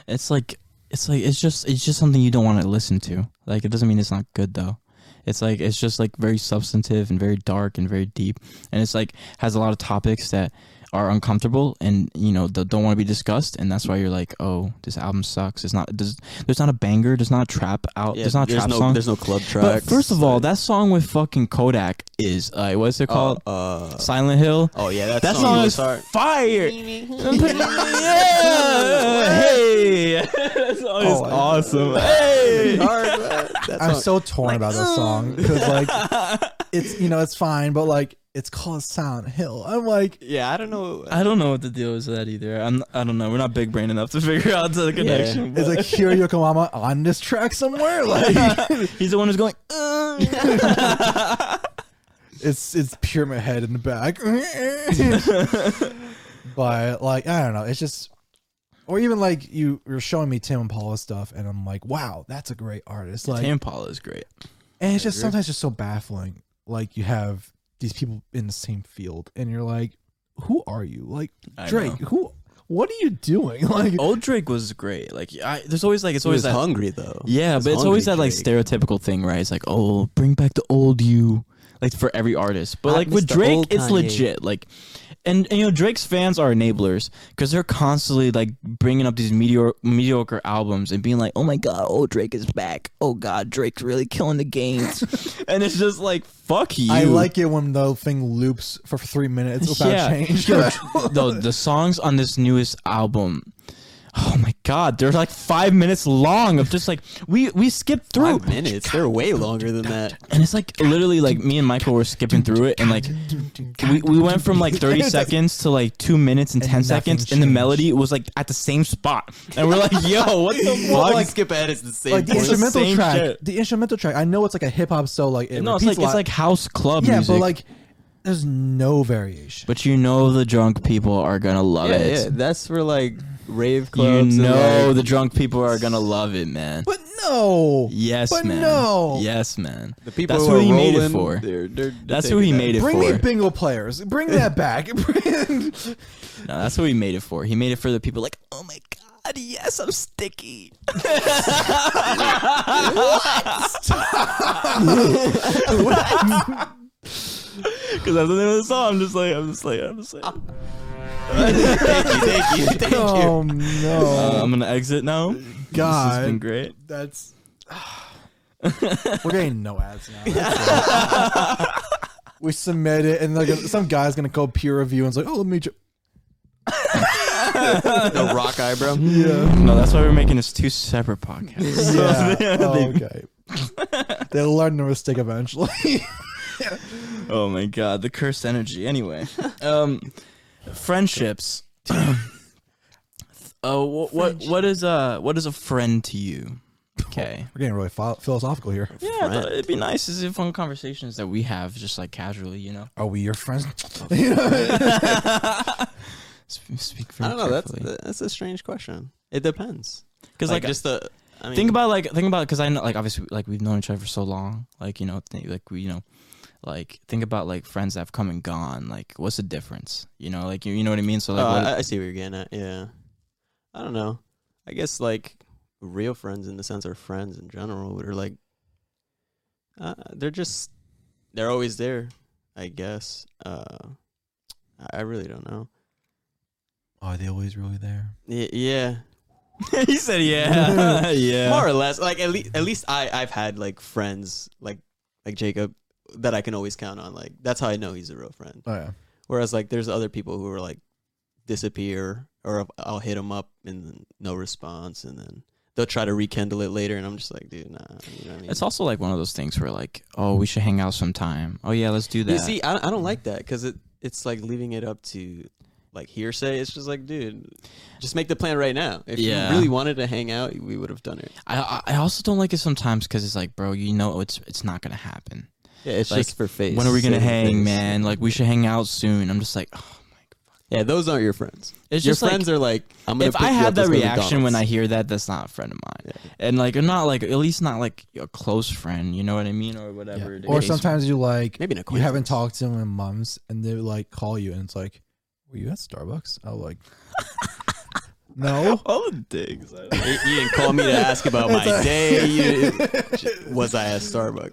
A: It's like it's like it's just it's just something you don't want to listen to. Like it doesn't mean it's not good though. It's like it's just like very substantive and very dark and very deep, and it's like has a lot of topics that are uncomfortable and you know that don't want to be discussed, and that's why you're like, oh, this album sucks. It's not there's, there's not a banger, there's not a trap out,
C: Yeah,
A: Oh, there's not a
C: there's
A: trap
C: no,
A: song.
C: There's no club
A: but
C: tracks.
A: first of all,
C: like-
A: that song with fucking Kodak is uh, what's it
C: Oh,
A: called?
C: uh,
A: Silent Hill.
C: oh yeah, that,
A: That
C: song,
A: song
C: was
A: is [laughs]
C: hard.
A: fire. yeah. Hey. [laughs] that song is
B: Oh, I-
C: [laughs]
A: awesome. Hey.
C: hard man. That
B: I'm
C: song-
B: so torn about this song because like [laughs] it's you know it's fine, but like it's called Silent Hill. I'm like
C: yeah, I don't know.
A: I don't know what the deal is with that either. I'm, I don't know. We're not big brain enough to [laughs] figure out the connection.
C: [laughs]
B: is like Kira Yokoyama on this track [laughs] somewhere? Like
A: He's the one who's going. "Uh,
B: it's it's pyramid head in
A: [laughs]
B: the back. but like I don't know, it's just or even like you were showing me Tim Impala stuff, and I'm like, wow, that's a great artist. Like,
A: Tim Paula is great.
B: and it's just sometimes just so baffling. Like you have these people in the same field, and you're like, who are you? Like
A: I
B: Drake,
A: know. Oh,
B: who? What are you doing? [laughs] Like,
A: Old Drake was great. Like I, there's always like it's
C: He was
A: always that.
C: hungry though. He
A: Yeah,
C: was
A: but it's always that
C: hungry,
A: like
C: Drake.
A: stereotypical thing, right? It's like, oh, bring back the old you, like for every artist. But
C: I
A: like with
C: miss the
A: Drake,
C: old
A: it's
C: Kanye.
A: legit. Like, and, and you know, Drake's fans are enablers because they're constantly like bringing up these meteor mediocre albums and being like, oh my god, oh Drake is back. Oh god, Drake's really killing the
C: [laughs]
A: games. and it's just like, fuck you.
B: I like it when the thing loops for three minutes without
A: [laughs]
B: change.
C: [laughs]
A: Yo, the, the songs on this newest album. Oh my god, they're like five minutes long of just like we we skipped through
C: Five minutes. They're way longer than that.
A: and it's like literally like me and Michael were skipping through it and like we, we went from like 30 seconds to like 2 minutes and
B: And
A: 10
B: nothing
A: seconds and the
B: changed.
A: melody was like at the same spot and we're like yo what the fuck
C: like, skip ahead is the same.
B: like the [laughs]
C: point.
A: instrument-
B: instrumental
A: same
B: track,
A: shit.
B: the instrumental track. I know it's like a hip hop, so like it
A: no it's like
B: repeats a lot.
A: it's like house club
B: yeah,
A: music
B: but like there's no variation.
A: but you know the drunk people are going to love
C: yeah,
A: it
C: yeah, that's for like rave
A: you
C: clubs. and,
A: know
C: like,
A: the drunk people are going to love it man
B: But no,
A: yes
B: but
A: man
B: no.
A: yes man
C: the people
A: that's
C: who,
A: who
C: are
A: he made it
C: rolling,
A: for
C: They're, they're
A: That's who he
C: taking
A: made it
B: Bring me
A: for.
B: bingo players.
A: [laughs]
B: Bring that back. [laughs] Bring-
A: No, that's what he made it for. He made it for the people like, oh my god, yes, I'm sticky. Because that's the name of the song. I'm just like, I'm just like, I'm just like. uh,
C: thank you, thank you.
A: [laughs]
B: oh no,
A: Uh, I'm gonna exit now. This has been
B: God,
A: great. [laughs]
B: that's we're getting no ads now. That's it. we submit it, and they're gonna, some guy's gonna go peer review and it's like, oh, let me. Ju-
A: [laughs]
C: the rock eyebrow.
B: yeah.
A: No, that's why we're making this two separate podcasts. [laughs]
B: Yeah. Oh, okay. They'll learn their mistake eventually. [laughs]
A: Oh my god, the cursed energy. Anyway, um, friendships. [coughs] Oh, what what what is uh what is a friend to you? Okay.
B: We're getting really phi- philosophical here.
A: [laughs] Yeah, I thought it'd be nice to see fun conversations that we have just like casually, you know.
B: Are we
A: [laughs]
B: your friends? [laughs] You know?
A: Sp- Speak
C: I
A: very
C: don't know. That's
A: carefully.
C: that's a strange question. It depends.
A: because
C: like,
A: like,
C: just the. I mean,
A: think about like think about because I know like obviously like we've known each other for so long, like you know think, like we you know like think about like friends that have come and gone. Like what's the difference? You know, like you you know what I mean. So like
C: Oh,
A: what-
C: I, I see what you're getting at. Yeah, I don't know. I guess like real friends, in the sense, are friends in general. But are like, uh, they're just they're always there. I guess. Uh, I- I really don't know.
B: Are they always really there?
C: Y-
B: [laughs]
C: yeah, [laughs]
A: he said yeah [laughs] yeah.
C: more or less. Like at least at least I I've had like friends like like Jacob that I can always count on. Like that's how I know he's a real friend.
B: Oh yeah.
C: Whereas like there's other people who are like disappear or if- I'll hit them up and then no response and then they'll try to rekindle it later and I'm just like dude nah you know what I mean
A: It's also like one of those things where like, oh, we should hang out sometime. Oh yeah, let's do that. Mm-hmm.
C: you see I, I don't like that because it it's like leaving it up to like hearsay it's just like dude just make the plan right now if
A: Yeah.
C: you really wanted to hang out we would have done it
A: I I- I also don't like it sometimes because it's like, bro, you know, it's it's not gonna happen.
C: yeah it's
A: Like,
C: just for face
A: when are we gonna
C: saving
A: hang,
C: face.
A: man? Like we should hang out soon. I'm just like, [sighs] oh my
C: yeah those aren't your friends
A: It's
C: your
A: just, like,
C: friends are like I'm
A: god.
C: gonna
A: If
C: pick
A: I
C: you up,
A: had that
C: let's go to
A: reaction when I
C: McDonald's.
A: hear that, that's not a friend of mine. And like, not like, at least not like a close friend. You know what I mean, or whatever. the
B: Or
A: case-
B: sometimes you like
C: Maybe an
B: you haven't talked to them in months, and they like call you, and it's like, "Were you at Starbucks?" I was like, [laughs] "No."
A: all the digs. I-
C: You, you didn't call me to ask about my day. You, was I at Starbucks?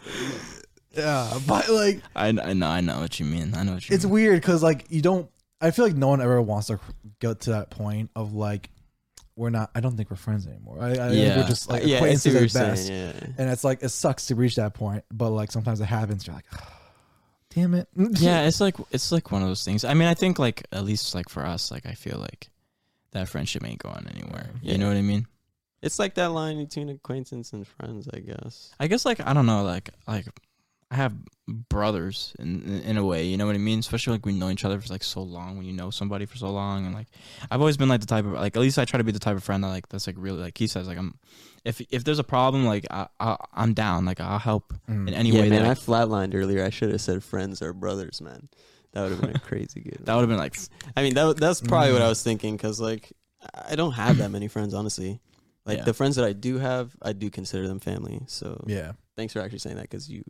B: yeah, but like
A: I, I know I know what you mean. I know what you
B: it's
A: mean.
B: weird because like you don't. I feel like no one ever wants to get to that point of like we're not. I don't think we're friends anymore. I, I think
A: Yeah.
B: we're just like
C: yeah, I see
B: acquaintances
C: what
B: at
C: you're
B: best.
C: saying. Yeah.
B: And it's like it sucks to reach that point, but like sometimes it happens. You're like, [sighs] damn it. [laughs]
A: yeah, it's like it's like one of those things. I mean, I think like at least like for us, like I feel like that friendship ain't going anywhere.
C: Yeah.
A: You know what I mean?
C: It's like that line between acquaintance and friends, I guess.
A: I guess like I don't know, like like I have brothers in in- in a way, you know what I mean? Especially like we know each other for like so long, when you know somebody for so long, and like I've always been like the type of like at least I try to be the type of friend that like that's like really like he says like I'm if if there's a problem like I, I I'm down like I'll help
B: Mm.
A: in any
C: Mm. yeah,
A: way
C: man,
A: that
C: I
A: I,
C: flatlined earlier. I should have said friends or brothers, man. That would have been a crazy good.
A: that would have been like
C: I mean, that that's probably
B: Mm.
C: what I was thinking because like I don't have that many friends, honestly. Like
A: Yeah.
C: the friends that I do have, I do consider them family. So
B: Yeah.
C: thanks for actually saying that
A: [laughs]
C: because you,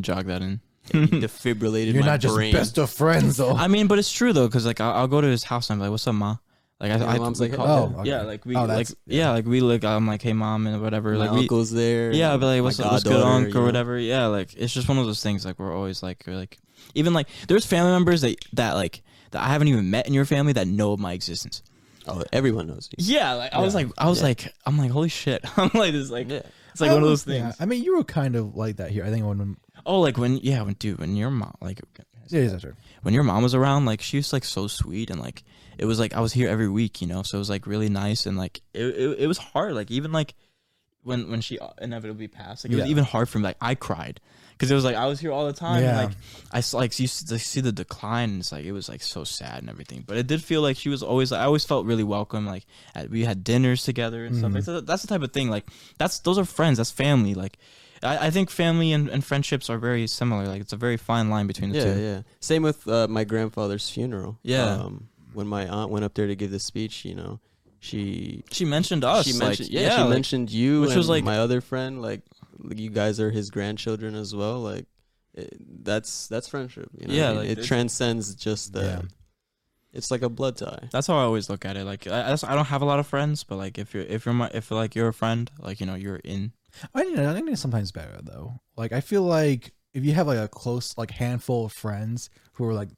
A: jog that in.
C: you defibrillated
B: You're
C: my
B: not just
C: brain.
B: best of friends
C: Oh.
B: though.
A: I mean, but it's true though, because like I'll, I'll go to his house and I'm like, "What's up, ma?" Like
C: And
A: I, I
C: your mom's
A: we
C: like,
A: call-
C: "Oh,
B: okay."
A: yeah, like we
B: Oh,
A: like
B: that's-
A: yeah, like we look. I'm like, "Hey, mom," and whatever.
C: my
A: like we,
C: uncle's there.
A: Yeah, but like
C: my
A: what's, what's good,
C: goddaughter,
A: unc
C: you
A: or
C: know?
A: whatever. Yeah, like it's just one of those things. Like we're always like we're like even like there's family members that that like that I haven't even met in your family that know of my existence.
C: Oh, everyone knows you.
A: Yeah, like I was like I was like I'm like holy shit. [laughs] I'm like it's like
C: Yeah.
A: it's like one of those things.
B: Yeah, I mean, you were kind of like that here. I think when
A: Oh, like when yeah when dude when your mom like
B: it is after.
A: when your mom was around like she was like so sweet and like it was like I was here every week you know so it was like really nice and like it it, it was hard like even like. When, when she inevitably passed, like it was
B: Yeah.
A: even hard for me. Like I cried because it was like I was here all the time.
B: Yeah.
A: And, like I saw, like you see, like, see the decline. And it's like it was like so sad and everything. But it did feel like she was always. I always felt really welcome. Like at, we had dinners together and stuff. Like,
B: Mm-hmm.
A: so that's the type of thing. Like that's those are friends. That's family. Like I, I think family and, and friendships are very similar. Like it's a very fine line between the
C: Yeah,
A: two.
C: yeah. Same with uh, my grandfather's funeral.
A: Yeah.
C: Um, when my aunt went up there to give the speech, you know, she
A: She mentioned us.
C: she
A: like,
C: mentioned yeah, she
A: like,
C: mentioned you,
A: which
C: which
A: was,
C: was
A: like-
C: like my other friend. Like you guys are his grandchildren as well. Like it, that's that's friendship. You know what I
A: Yeah,
C: mean?
A: like,
C: it
A: there's-
C: transcends just the.
B: Yeah.
C: It's like a blood tie.
A: That's how I always look at it. Like I, I just- I don't have a lot of friends, but like if you're if you're my if like you're a friend, like you know you're in.
B: I don't know. I think it's sometimes better though. Like I feel like if you have like a close like handful of friends who are like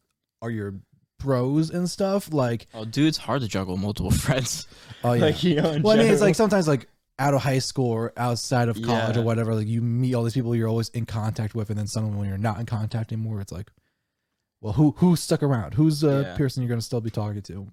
B: are your bros and stuff, like
A: Oh, dude, it's hard to juggle multiple [laughs] friends. [laughs]
B: oh yeah.
A: Like you know. in
B: well, I mean, it's
A: general.
B: like sometimes like out of high school or outside of college
A: Yeah.
B: or whatever, like you meet all these people you're always in contact with, and then someone when you're not in contact anymore, it's like, well, who who stuck around? Who's the
A: Yeah.
B: person you're gonna still be talking to?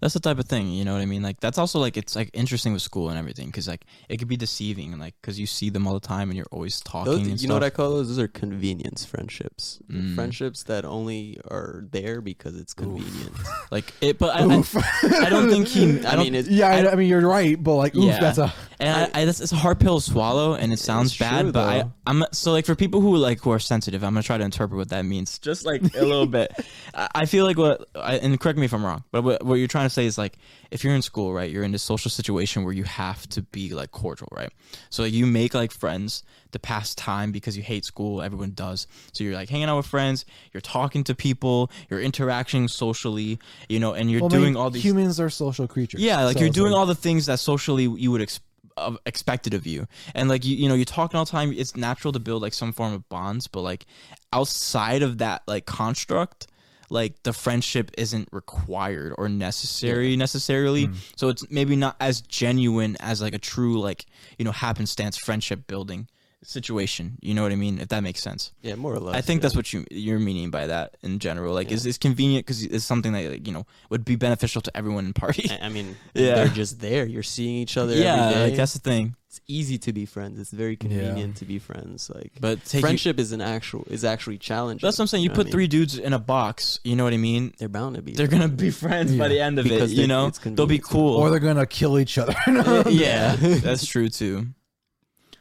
A: that's the type of thing you know what i mean like that's also like it's like interesting with school and everything because like it could be deceiving and like because you see them all the time and you're always talking
C: Those,
A: and
C: you know what I call those? Those are convenience friendships.
A: Mm.
C: Friendships that only are there because it's convenient.
A: [laughs] I like it but I, I, I don't think he i
C: [laughs] I
A: don't
C: mean, it's,
B: Yeah, I, I mean you're right, but like, oof,
A: Yeah.
B: that's a
A: and I, I, that's- it's a hard pill to swallow and it sounds
C: true,
A: bad but I,
C: though.
A: i'm so like for people who like who are sensitive i'm gonna try to interpret what that means just like a
B: [laughs]
A: little bit I, I feel like what I, and correct me if i'm wrong but what, what you're trying to say is like if you're in school right you're in this social situation where you have to be like cordial right so like, you make like friends to pass time because you hate school everyone does so you're like hanging out with friends you're talking to people you're interacting socially you know and you're
B: well, I mean,
A: doing all these
B: humans are social creatures.
A: yeah, like
B: so
A: you're
B: it's
A: doing all the things that socially you would ex- of expected of you, and like you, you know, you're talking all the time. It's natural to build like some form of bonds, but like outside of that like construct, like the friendship isn't required or necessary necessarily. So it's maybe not as genuine as like a true like you know happenstance friendship building situation. You know what I mean? If that makes sense.
C: yeah, more or less.
A: I think
C: yeah.
A: that's what you you're meaning by that in general. Like, is it's convenient because it's something that like, you know would be beneficial to everyone in party.
C: I I mean,
A: Yeah.
C: they're just there. You're seeing each other every
A: yeah,
C: day.
A: like that's the thing.
C: it's easy to be friends. It's very convenient to be friends. Like,
A: But take you-
C: friendship is an actual is actually challenging.
A: That's what I'm saying. You
C: know what
A: put
C: I mean?
A: three [laughs] dudes in a box. You know what I mean?
C: They're bound to be.
A: They're gonna be [laughs] friends by the end of
C: Because
A: it.
C: they-
A: You know,
C: it's
A: they'll be
C: convenient.
A: cool.
B: or they're gonna kill each other. [laughs]
C: [laughs]
A: yeah, that's true too.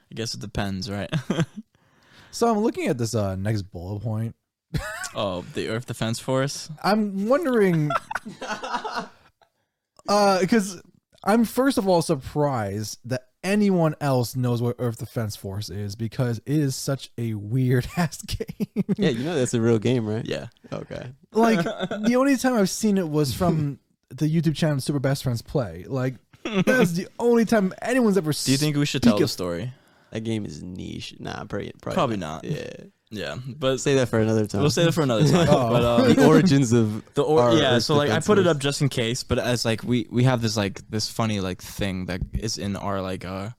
A: I guess it depends, right? [laughs]
B: so I'm looking at this uh, next bullet point.
A: oh, the Earth Defense Force. [laughs]
B: I'm wondering, because I'm first of all surprised that anyone else knows what Earth Defense Force is because it is such a weird [laughs] ass game.
C: yeah, you know that's a real game, right?
A: Yeah,
C: [laughs] Okay.
B: like the only time I've seen it
A: [laughs]
B: was from the YouTube channel Super Best Friends Play. Like that's the only time anyone's ever.
A: Do you think we should
B: speak
A: tell the
B: of-
A: story?
C: That game is niche. Nah, probably probably,
A: Probably not.
C: Yeah.
A: Yeah, but
C: Say that for another time.
A: we'll say that for another time.
B: Oh.
A: But uh, [laughs]
C: [laughs] the origins of
A: the or
C: our
A: yeah,
C: Earth
A: so like I
C: defense
A: put it
C: was-
A: up just in case. But as like we we have this like this funny like thing that is in our like uh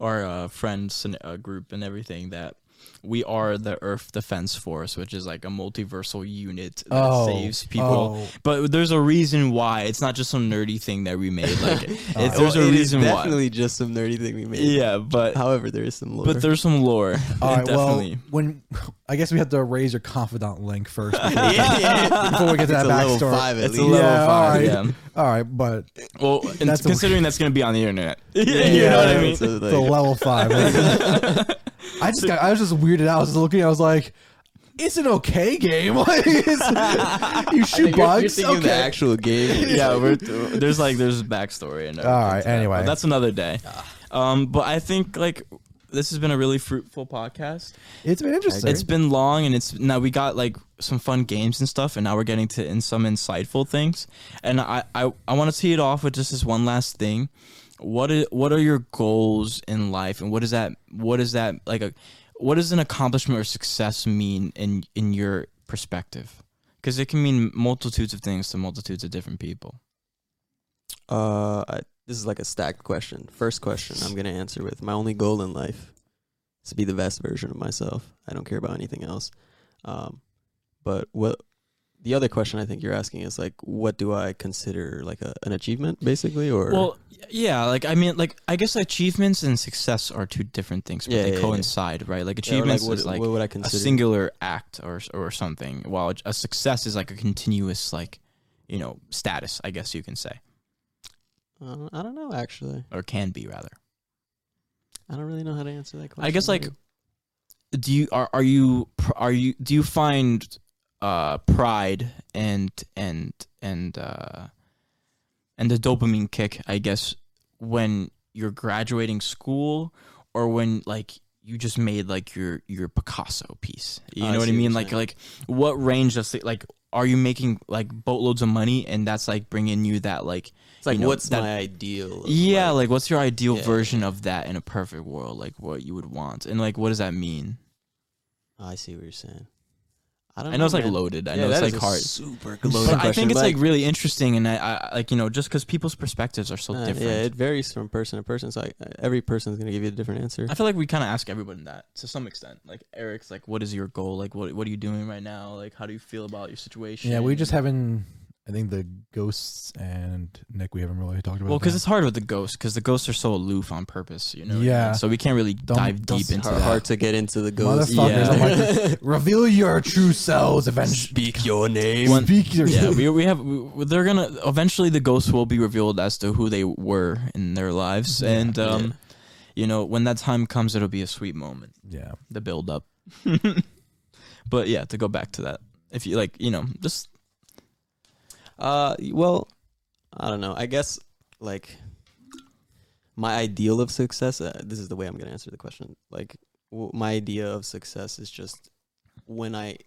A: our uh, friends and uh, group and everything that we are the Earth Defense Force, which is like a multiversal unit that
B: Oh,
A: saves people.
B: oh.
A: But there's a reason why. It's not just some nerdy thing that we made.
B: [laughs]
A: Like
C: Well,
A: it's, there's a
C: it is
A: reason why.
C: Definitely just some nerdy thing we made.
A: Yeah, but
C: However, there is some lore.
A: but
C: [laughs]
A: there's some lore. [laughs]
B: All right.
A: definitely.
B: Well, when I guess we have to raise your confidant link first.
C: [laughs] yeah, yeah.
B: Before we get to
C: It's
B: that
C: a level
B: backstory.
C: five at
A: It's a
C: least.
A: level
B: Yeah,
A: five.
B: all
A: Yeah.
B: All right, but
A: Well, and
B: That's a-
A: considering that's gonna be on the internet, [laughs] you
B: Yeah,
A: know what I
B: yeah,
A: mean.
C: it's a- [laughs]
B: the level five. I just got. I was just weirded out. I was just looking. I was like, "It's an okay game. [laughs] Like, it's- you shoot
C: You're- You're
B: bugs.
C: thinking of the
B: okay.
C: actual
A: [laughs]
C: game. [laughs]
A: yeah, we're, there's like there's backstory and everything
B: All right,
A: to that, but
B: anyway.
A: that's another day. Um, but I think like this has been a really fruitful podcast.
B: It's been interesting.
A: It's been long, and it's now we got like some fun games and stuff, and now we're getting to in some insightful things. And I I, I want to tee it off with just this one last thing. What is what are your goals in life, and what is that what is that like a what does an accomplishment or success mean in in your perspective? Because it can mean multitudes of things to multitudes of different people.
C: Uh, I, this is like a stacked question. First question I'm gonna answer with my only goal in life is to be the best version of myself. I don't care about anything else. Um, but what the other question I think you're asking is like, what do I consider like a, an achievement, basically, or
A: Well, y- yeah, like I mean, like I guess achievements and success are two different things, but
C: Yeah,
A: they
C: yeah, yeah.
A: coincide, right? Like
C: Yeah, or,
A: achievements
C: like, what,
A: is like
C: what would I
A: a
C: consider?
A: singular act or or something, while a success is like a continuous, like you know, status. I guess you can say,
C: Uh, I don't know. Actually,
A: or can be rather.
C: I don't really know how to answer that question.
A: I guess like,
C: either.
A: do you are are you pr- are you do you find uh pride and and and uh and the dopamine kick, I guess, when you're graduating school or when like you just made like your your Picasso piece. You
C: I
A: know what
C: see
A: I
C: what
A: mean?
C: you're
A: Like
C: saying.
A: like what range of like are you making like boatloads of money and that's like bringing you that like
C: it's like
A: you know,
C: what's
A: that-
C: my ideal? of,
A: yeah like what's your ideal
C: Yeah, yeah,
A: version of that in a perfect world like what you would want and like what does that mean
C: Oh, I see what you're saying. I don't.
A: i know it's like
C: man.
A: loaded i
C: Yeah,
A: know it's
C: that
A: like
C: is a
A: hard
C: Super
A: but
C: loaded
A: i
C: question,
A: think it's
C: but-
A: like, really interesting and I, I like you know just because people's perspectives are so
C: Uh,
A: different
C: Yeah, it varies from person to person. So I, every person's gonna give you a different answer.
A: i feel like we kind of ask everyone that to some extent like eric's like what is your goal like what, what are you doing right now like how do you feel about your situation
B: yeah, we just haven't. I think the ghosts and Nick, we haven't really talked about.
A: well because
B: that.
A: it's hard with the ghosts because the ghosts are so aloof on purpose you know what I mean?
B: Yeah.
A: so we can't really
B: Don't-
A: dive
B: don't
A: deep into
C: hard,
A: that
C: hard to get into the ghost.
B: Motherfuckers,
A: I'm [laughs]
B: reveal your true selves eventually.
C: Speak your name.
A: One-
B: Speak your
A: yeah, we, we have. We, they're gonna eventually the ghosts will be revealed as to who they were in their lives,
B: Yeah.
A: and um, you know when that time comes, it'll be a sweet moment,
B: yeah.
A: the build up. [laughs] but yeah, to go back to that, if you like, you know, just
C: [laughs] Uh, well, I don't know. I guess like my ideal of success. Uh, this is the way I'm gonna answer the question. Like w- my idea of success is just when I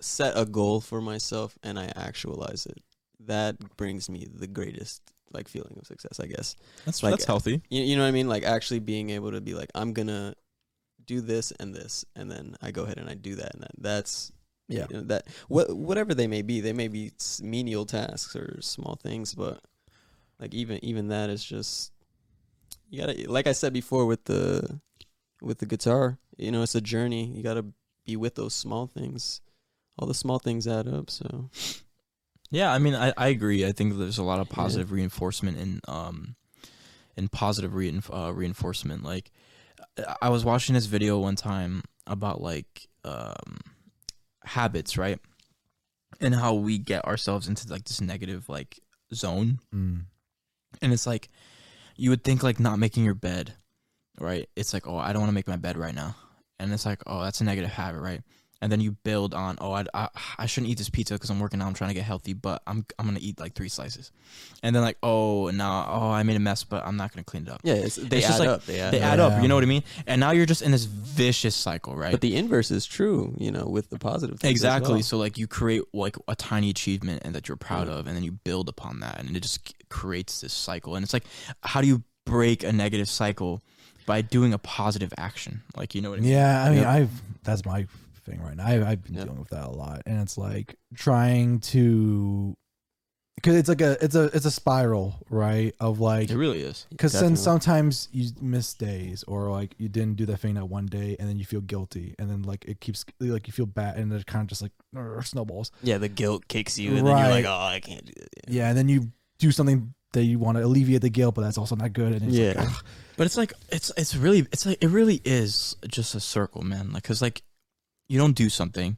C: set a goal for myself and I actualize it. That brings me the greatest like feeling of success. I guess.
A: that's
C: Like,
A: that's healthy.
C: You, you know what I mean? Like actually being able to be like, I'm gonna do this and this, and then I go ahead and I do that, and that, that's
B: Yeah.
C: you know, that what whatever they may be, they may be s- menial tasks or small things, but like even even that is just you gotta like I said before with the with the guitar, you know, it's a journey. You gotta be with those small things. All the small things add up. So
A: Yeah, I mean, I, I agree. I think there's a lot of positive reinforcement in um, in positive reinf- uh, reinforcement. Like, I- I was watching this video one time about like um, habits, right, and how we get ourselves into like this negative like zone,
B: Mm.
A: and it's like you would think like not making your bed, right? It's like oh, I don't want to make my bed right now, and it's like oh, that's a negative habit, right? and then you build on oh I, I, I shouldn't eat this pizza because i'm working out i'm trying to get healthy but i'm i'm gonna eat like three slices and then like oh now oh i made a mess but i'm not gonna clean it up
C: yeah, it's, they
A: It's
C: add
A: just like-
C: up. They add
A: they
C: up.
A: add up you
B: Yeah.
A: know what i mean and now you're just in this vicious cycle right
C: But the inverse is true, you know, with the positive. Things as
A: exactly
C: well.
A: so like you create like a tiny achievement and that you're proud
C: Yeah.
A: of and then you build upon that and it just c- creates this cycle and it's like how do you break a negative cycle by doing a positive action like you know what i mean
B: Yeah, I mean,
A: Yep.
B: I've that's my thing right now. I, I've been
C: Yeah.
B: dealing with that a lot, and it's like trying to, because it's like a it's a it's a spiral, right? Of like
C: It really is.
B: because then
C: Definitely.
B: sometimes you miss days or like you didn't do that thing that one day and then you feel guilty and then like it keeps like you feel bad and it kind of just like "Arr," snowballs
C: Yeah, the guilt kicks you, and then you're
B: Right.
C: like, oh, I can't do that.
B: yeah and then you do something that you want to alleviate the guilt but that's also not good and it's
C: Yeah.
B: like, "Ugh."
A: But it's like it's it's really it's like it really is just a circle, man. Like because like you don't do something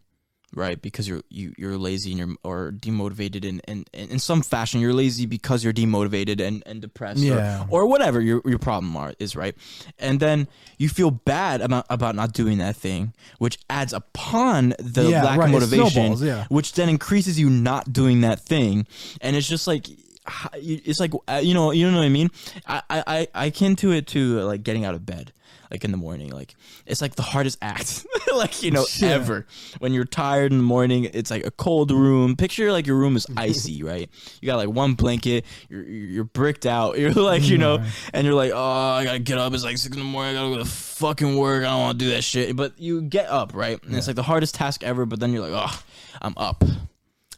A: right because you're you you're lazy and you're or demotivated and and, and in some fashion you're lazy because you're demotivated and and depressed or-
B: Yeah.
A: or, whatever your your problem are is right, and then you feel bad about about not doing that thing, which adds upon the
B: Yeah,
A: lack
B: right, it
A: of motivation,
B: snowballs, yeah.
A: which then increases you not doing that thing, and it's just like h- it's like uh, you know you know what I mean. I I I- I akin to it to uh, like getting out of bed like in the morning like it's like the hardest act [laughs] like you know
B: Yeah.
A: ever when you're tired in the morning it's like a cold room picture like your room
C: [laughs]
A: is icy right you got like one blanket you're you're bricked out [laughs] you're like you know and you're like oh i gotta get up it's like six in the morning i gotta go to fucking work i don't want to do that shit but you get up right and it's like the hardest task ever but then you're like oh i'm up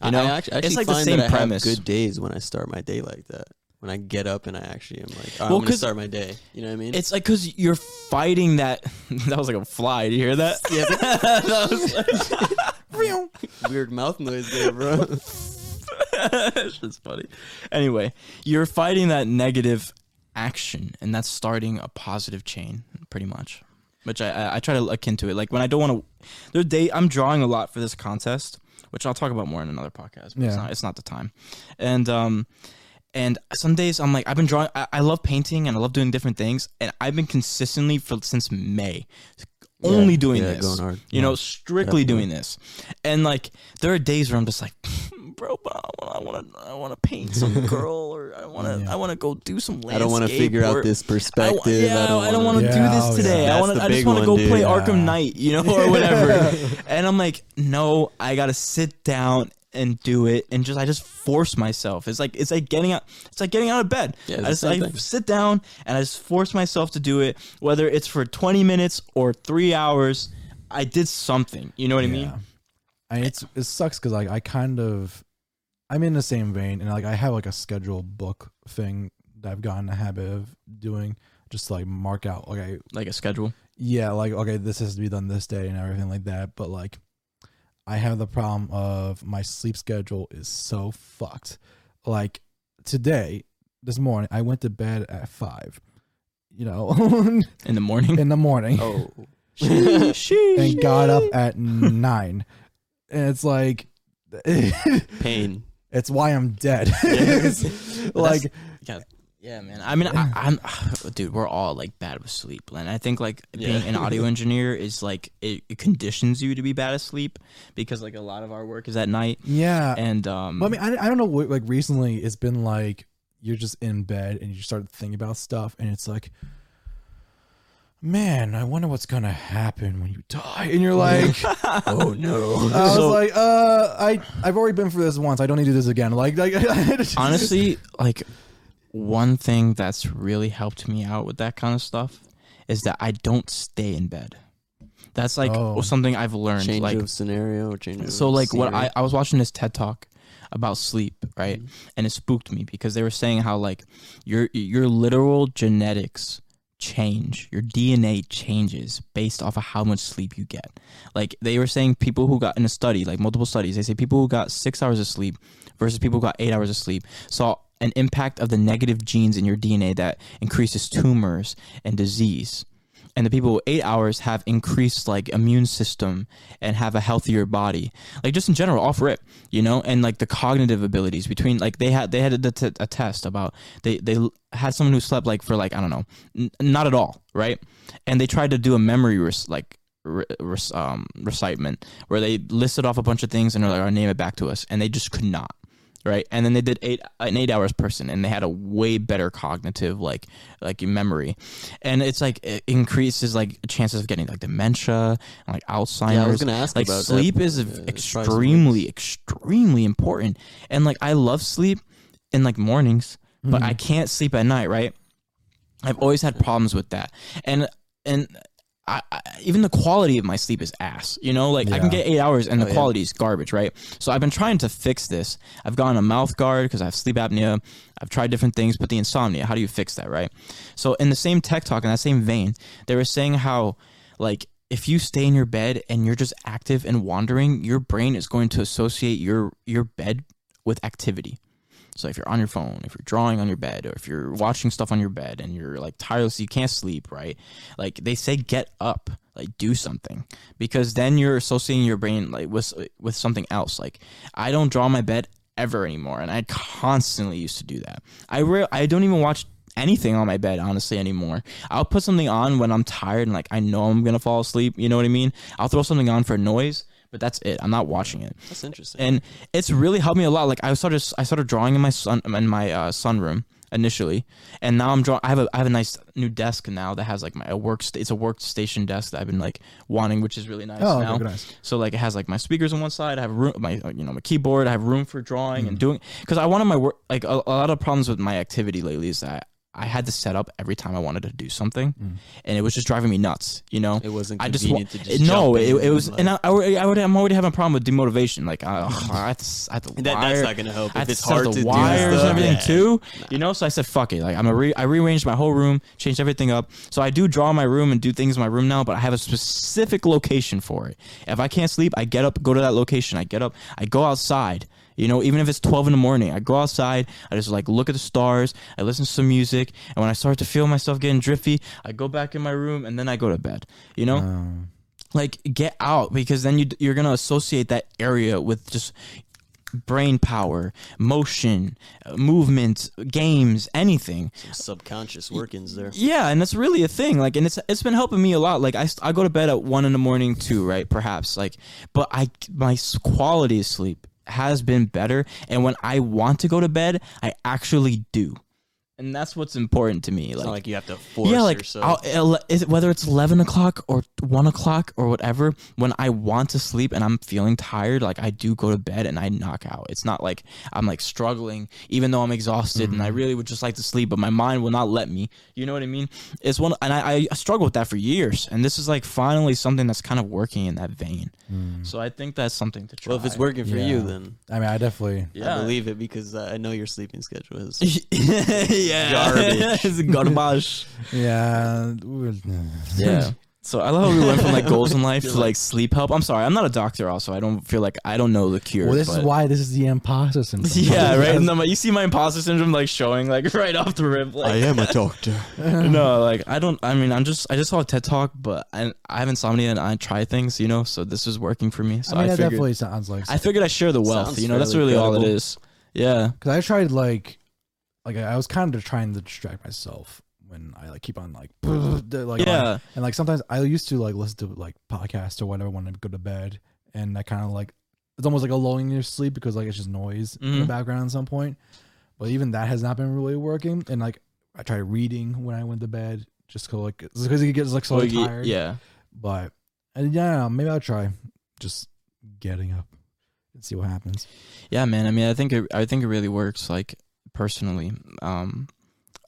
A: you know
C: I, I actually,
A: it's
C: actually
A: like the
C: find
A: same
C: that I
A: premise.
C: have good days when I start my day like that. When I get up and I actually am like, "All right,
A: Well,
C: I'm gonna
A: 'cause-
C: start my day. You know what I mean?
A: It's like because you're fighting that. [laughs] That was like a fly. Do you hear that? Yeah. that was
C: weird mouth noise
A: [laughs]
C: there, bro.
A: That's just funny. Anyway, you're fighting that negative action, and that's starting a positive chain, pretty much. Which I, I, I try to akin to it. Like when I don't want to, there's day I'm drawing a lot for this contest, which I'll talk about more in another podcast. But it's
B: Yeah.
A: not it's not the time, and um, and some days I'm like I've been drawing. I, I love painting and I love doing different things, and I've been consistently for since May, only doing
C: yeah,
A: this.
C: going hard.
A: You know,
C: Yeah.
A: strictly doing this. And like there are days where I'm just like, [laughs] bro, but I want to, I want to paint
C: [laughs]
A: some girl, or I want to, I want to go do some landscape.
C: I don't
A: want to
C: figure out this perspective.
A: I, yeah, I don't want to
B: wanna-
A: do
B: Yeah,
A: this
B: oh,
A: today.
C: yeah.
A: I
C: That's
A: want
C: the
A: to. I just
C: big
A: want to go
C: one, dude.
A: play
C: Yeah.
A: Arkham Knight, you know,
C: [laughs]
A: or whatever. and I'm like, no, I gotta sit down and do it, and just I just force myself. It's like it's like getting out. It's like getting out of bed. I
C: Yeah, it's the
A: just
C: same
A: I
C: thing.
A: sit down and I just force myself to do it, whether it's for 20 minutes or three hours. I did something. You know what I mean?
B: Yeah. And it's it sucks because like I kind of I'm in the same vein and like I have like a schedule book thing that I've gotten a habit of doing. Just like mark out okay,
A: Like a schedule.
B: yeah, like okay, this has to be done this day and everything like that. But like I have the problem of my sleep schedule is so fucked. Like today, this morning, I went to bed at five, you know, [laughs]
A: in the morning.
C: [laughs]
B: in the morning
C: Oh,
A: [laughs]
B: and got up at nine. And it's like, [laughs] it's
C: pain.
B: why I'm dead. [laughs] It's like,
A: Yeah, man. I mean, I, I'm, [sighs] dude. We're all like bad with sleep, and I think like being
C: Yeah.
A: an audio engineer is like it, it conditions you to be bad at sleep because like a lot of our work is at night,
B: yeah.
A: and um,
B: Well, I mean, I, I don't know what, like, recently it's been like you're just in bed and you start thinking about stuff, and it's like, man, I wonder what's going to happen when you die. And you're like,
C: [laughs] Oh no.
B: I was like, uh, I, I've already been through this once. I don't need to do this again. Like, like [laughs]
A: honestly, like one thing that's really helped me out with that kind of stuff is that I don't stay in bed. That's like
B: Oh.
A: something I've learned.
C: change
A: like
C: of scenario or change. Of
A: so like what
C: scenery.
A: I, I was watching this ted talk about sleep right and it spooked me because they were saying how like your your literal genetics change your dna changes based off of how much sleep you get like they were saying people who got in a study like multiple studies they say people who got six hours of sleep versus people who got eight hours of sleep saw an impact of the negative genes in your dna that increases tumors and disease and the people with eight hours have increased like immune system and have a healthier body like just in general off rip you know and like the cognitive abilities between like they had they had a, t- a test about they they l- had someone who slept like for like i don't know n- not at all right and they tried to do a memory res- like re- res- um, recitement where they listed off a bunch of things and they're like oh, name it back to us and they just could not right and then they did eight an eight hours person and they had a way better cognitive like like memory and it's like it increases like chances of getting like dementia and like alzheimer's
C: Yeah, I was gonna ask
A: like
C: about that.
A: sleep is
C: Yeah, it's probably some
A: extremely extremely important and like i love sleep in like mornings but
C: Mm-hmm.
A: i can't sleep at night right i've always had problems with that and and I, I, even the quality of my sleep is ass. You know, like I can
B: Yeah.
A: get eight hours and the
C: Oh, yeah.
A: quality is garbage, right? So I've been trying to fix this. I've gone a mouth guard because I have sleep apnea. I've tried different things, but the insomnia, how do you fix that, right? So in the same tech talk, in that same vein, they were saying how, like, if you stay in your bed and you're just active and wandering, your brain is going to associate your your bed with activity. So if you're on your phone, if you're drawing on your bed, or if you're watching stuff on your bed and you're like tireless, you can't sleep, right? Like they say, get up, like do something, because then you're associating your brain like with with something else. Like I don't draw on my bed ever anymore, and I constantly used to do that. I re- I don't even watch anything on my bed honestly anymore. I'll put something on when I'm tired and like I know I'm gonna fall asleep. You know what I mean? I'll throw something on for noise, but that's it. I'm not watching it
C: That's interesting.
A: and it's really helped me a lot. Like I started, I started drawing in my sun in my uh, sunroom initially, and now I'm drawing. I have a I have a nice new desk now that has like my a work. It's a workstation desk that I've been like wanting, which is really nice
B: Oh, okay,
A: now.
B: good, nice.
A: So like it has like my speakers on one side. I have room my uh, you know my keyboard. I have room for drawing and
B: Mm-hmm.
A: doing because I wanted my work. Like a, a lot of problems with my activity lately is that. I had to set up every time I wanted to do something,
B: Mm.
A: and it was just driving me nuts. You know,
C: It wasn't
A: I just
C: convenient
A: wa-
C: to just
A: no.
C: jump
A: It,
C: in
A: it
C: and,
A: was, and I, I, already- I would, I'm already having a problem with demotivation. Like, I, ugh, I have to, s- I have to
C: That- that's
A: wire-
C: not gonna help.
A: I
C: If
A: have
C: it's
A: set up
C: hard
A: the
C: to do
A: wires and
C: stuff,
A: everything
C: yeah.
A: too. You know, so I said, fuck it. Like, I'm a re- I rearranged my whole room, changed everything up. So I do draw my room and do things in my room now, but I have a specific location for it. If I can't sleep, I get up, go to that location. I get up, I go outside. You know, even if it's 12 in the morning, I go outside, I just like look at the stars, I listen to some music, and when I start to feel myself getting drifty, I go back in my room and then I go to bed. You know? like get out because then you you're gonna associate that area with just brain power, motion, uh, movement, games, anything.
C: Subconscious workings there.
A: Yeah, and that's really a thing. Like, and it's it's been helping me a lot. Like, I, st- I go to bed at one in the morning too, right? Perhaps like, but I my s- quality of sleep has been better, and when I want to go to bed, I actually do, and that's what's important to me.
C: It's
A: Like,
C: not like you have to force
A: yeah, like
C: yourself.
A: I'll- ele- is it, whether it's eleven o'clock or one o'clock or whatever, when I want to sleep and I'm feeling tired, like I do go to bed and I knock out. It's not like I'm like struggling, even though I'm exhausted and I
C: Mm-hmm.
A: really would just like to sleep, but my mind will not let me. You know what I mean? It's one, and I, I struggled with that for years, and this is like finally something that's kind of working in that vein. So I think that's something to try.
C: Mm. well, if [laughs] it's working for you,
B: Yeah.
C: then
B: I mean, I definitely.
C: I
A: Yeah.
C: believe it because I I know your sleeping
A: [laughs]
C: schedule is.
A: yeah, [laughs]
C: Garbage.
A: it's garbage.
B: Yeah. we-
A: Yeah. So I love how we went from like goals in
B: [laughs]
A: life to
C: You're
A: like sleep help. I'm sorry, I'm not a doctor. Also, I don't feel like I don't know the cure.
B: Well, this is
A: but-
B: why this is the imposter syndrome.
A: [laughs]
B: [laughs]
A: Yeah, right. And then, like, you see my imposter syndrome like showing like [laughs] right off the rip. Like,
C: a doctor.
A: [laughs] no, like I don't. I mean, I'm just I just saw a TED talk, but I, I have insomnia and I try things, you know. So this is working for me. So I,
B: I mean, that
A: figured
B: definitely sounds like.
A: I figured I share the wealth.
C: Sounds
A: you know, that's
C: fairly
A: really all it
C: credible.
A: is. Yeah.
B: because I tried like, like I was kind of trying to distract myself when I like keep on like, [laughs] like
A: Yeah.
B: and like sometimes I used to like listen to like podcasts or whatever when I go to bed, and I kind of like it's almost like a lulling in your sleep because like it's just noise in the
A: Mhm.
B: background at some point. But even that has not been really working, and like I tried reading when I went to bed just because like because it gets like so
A: Well, ye-
B: tired.
A: yeah.
B: but and yeah, maybe I'll try just getting up and see what happens.
A: Yeah, man. I mean, I think it, I think it really works. Like personally, um,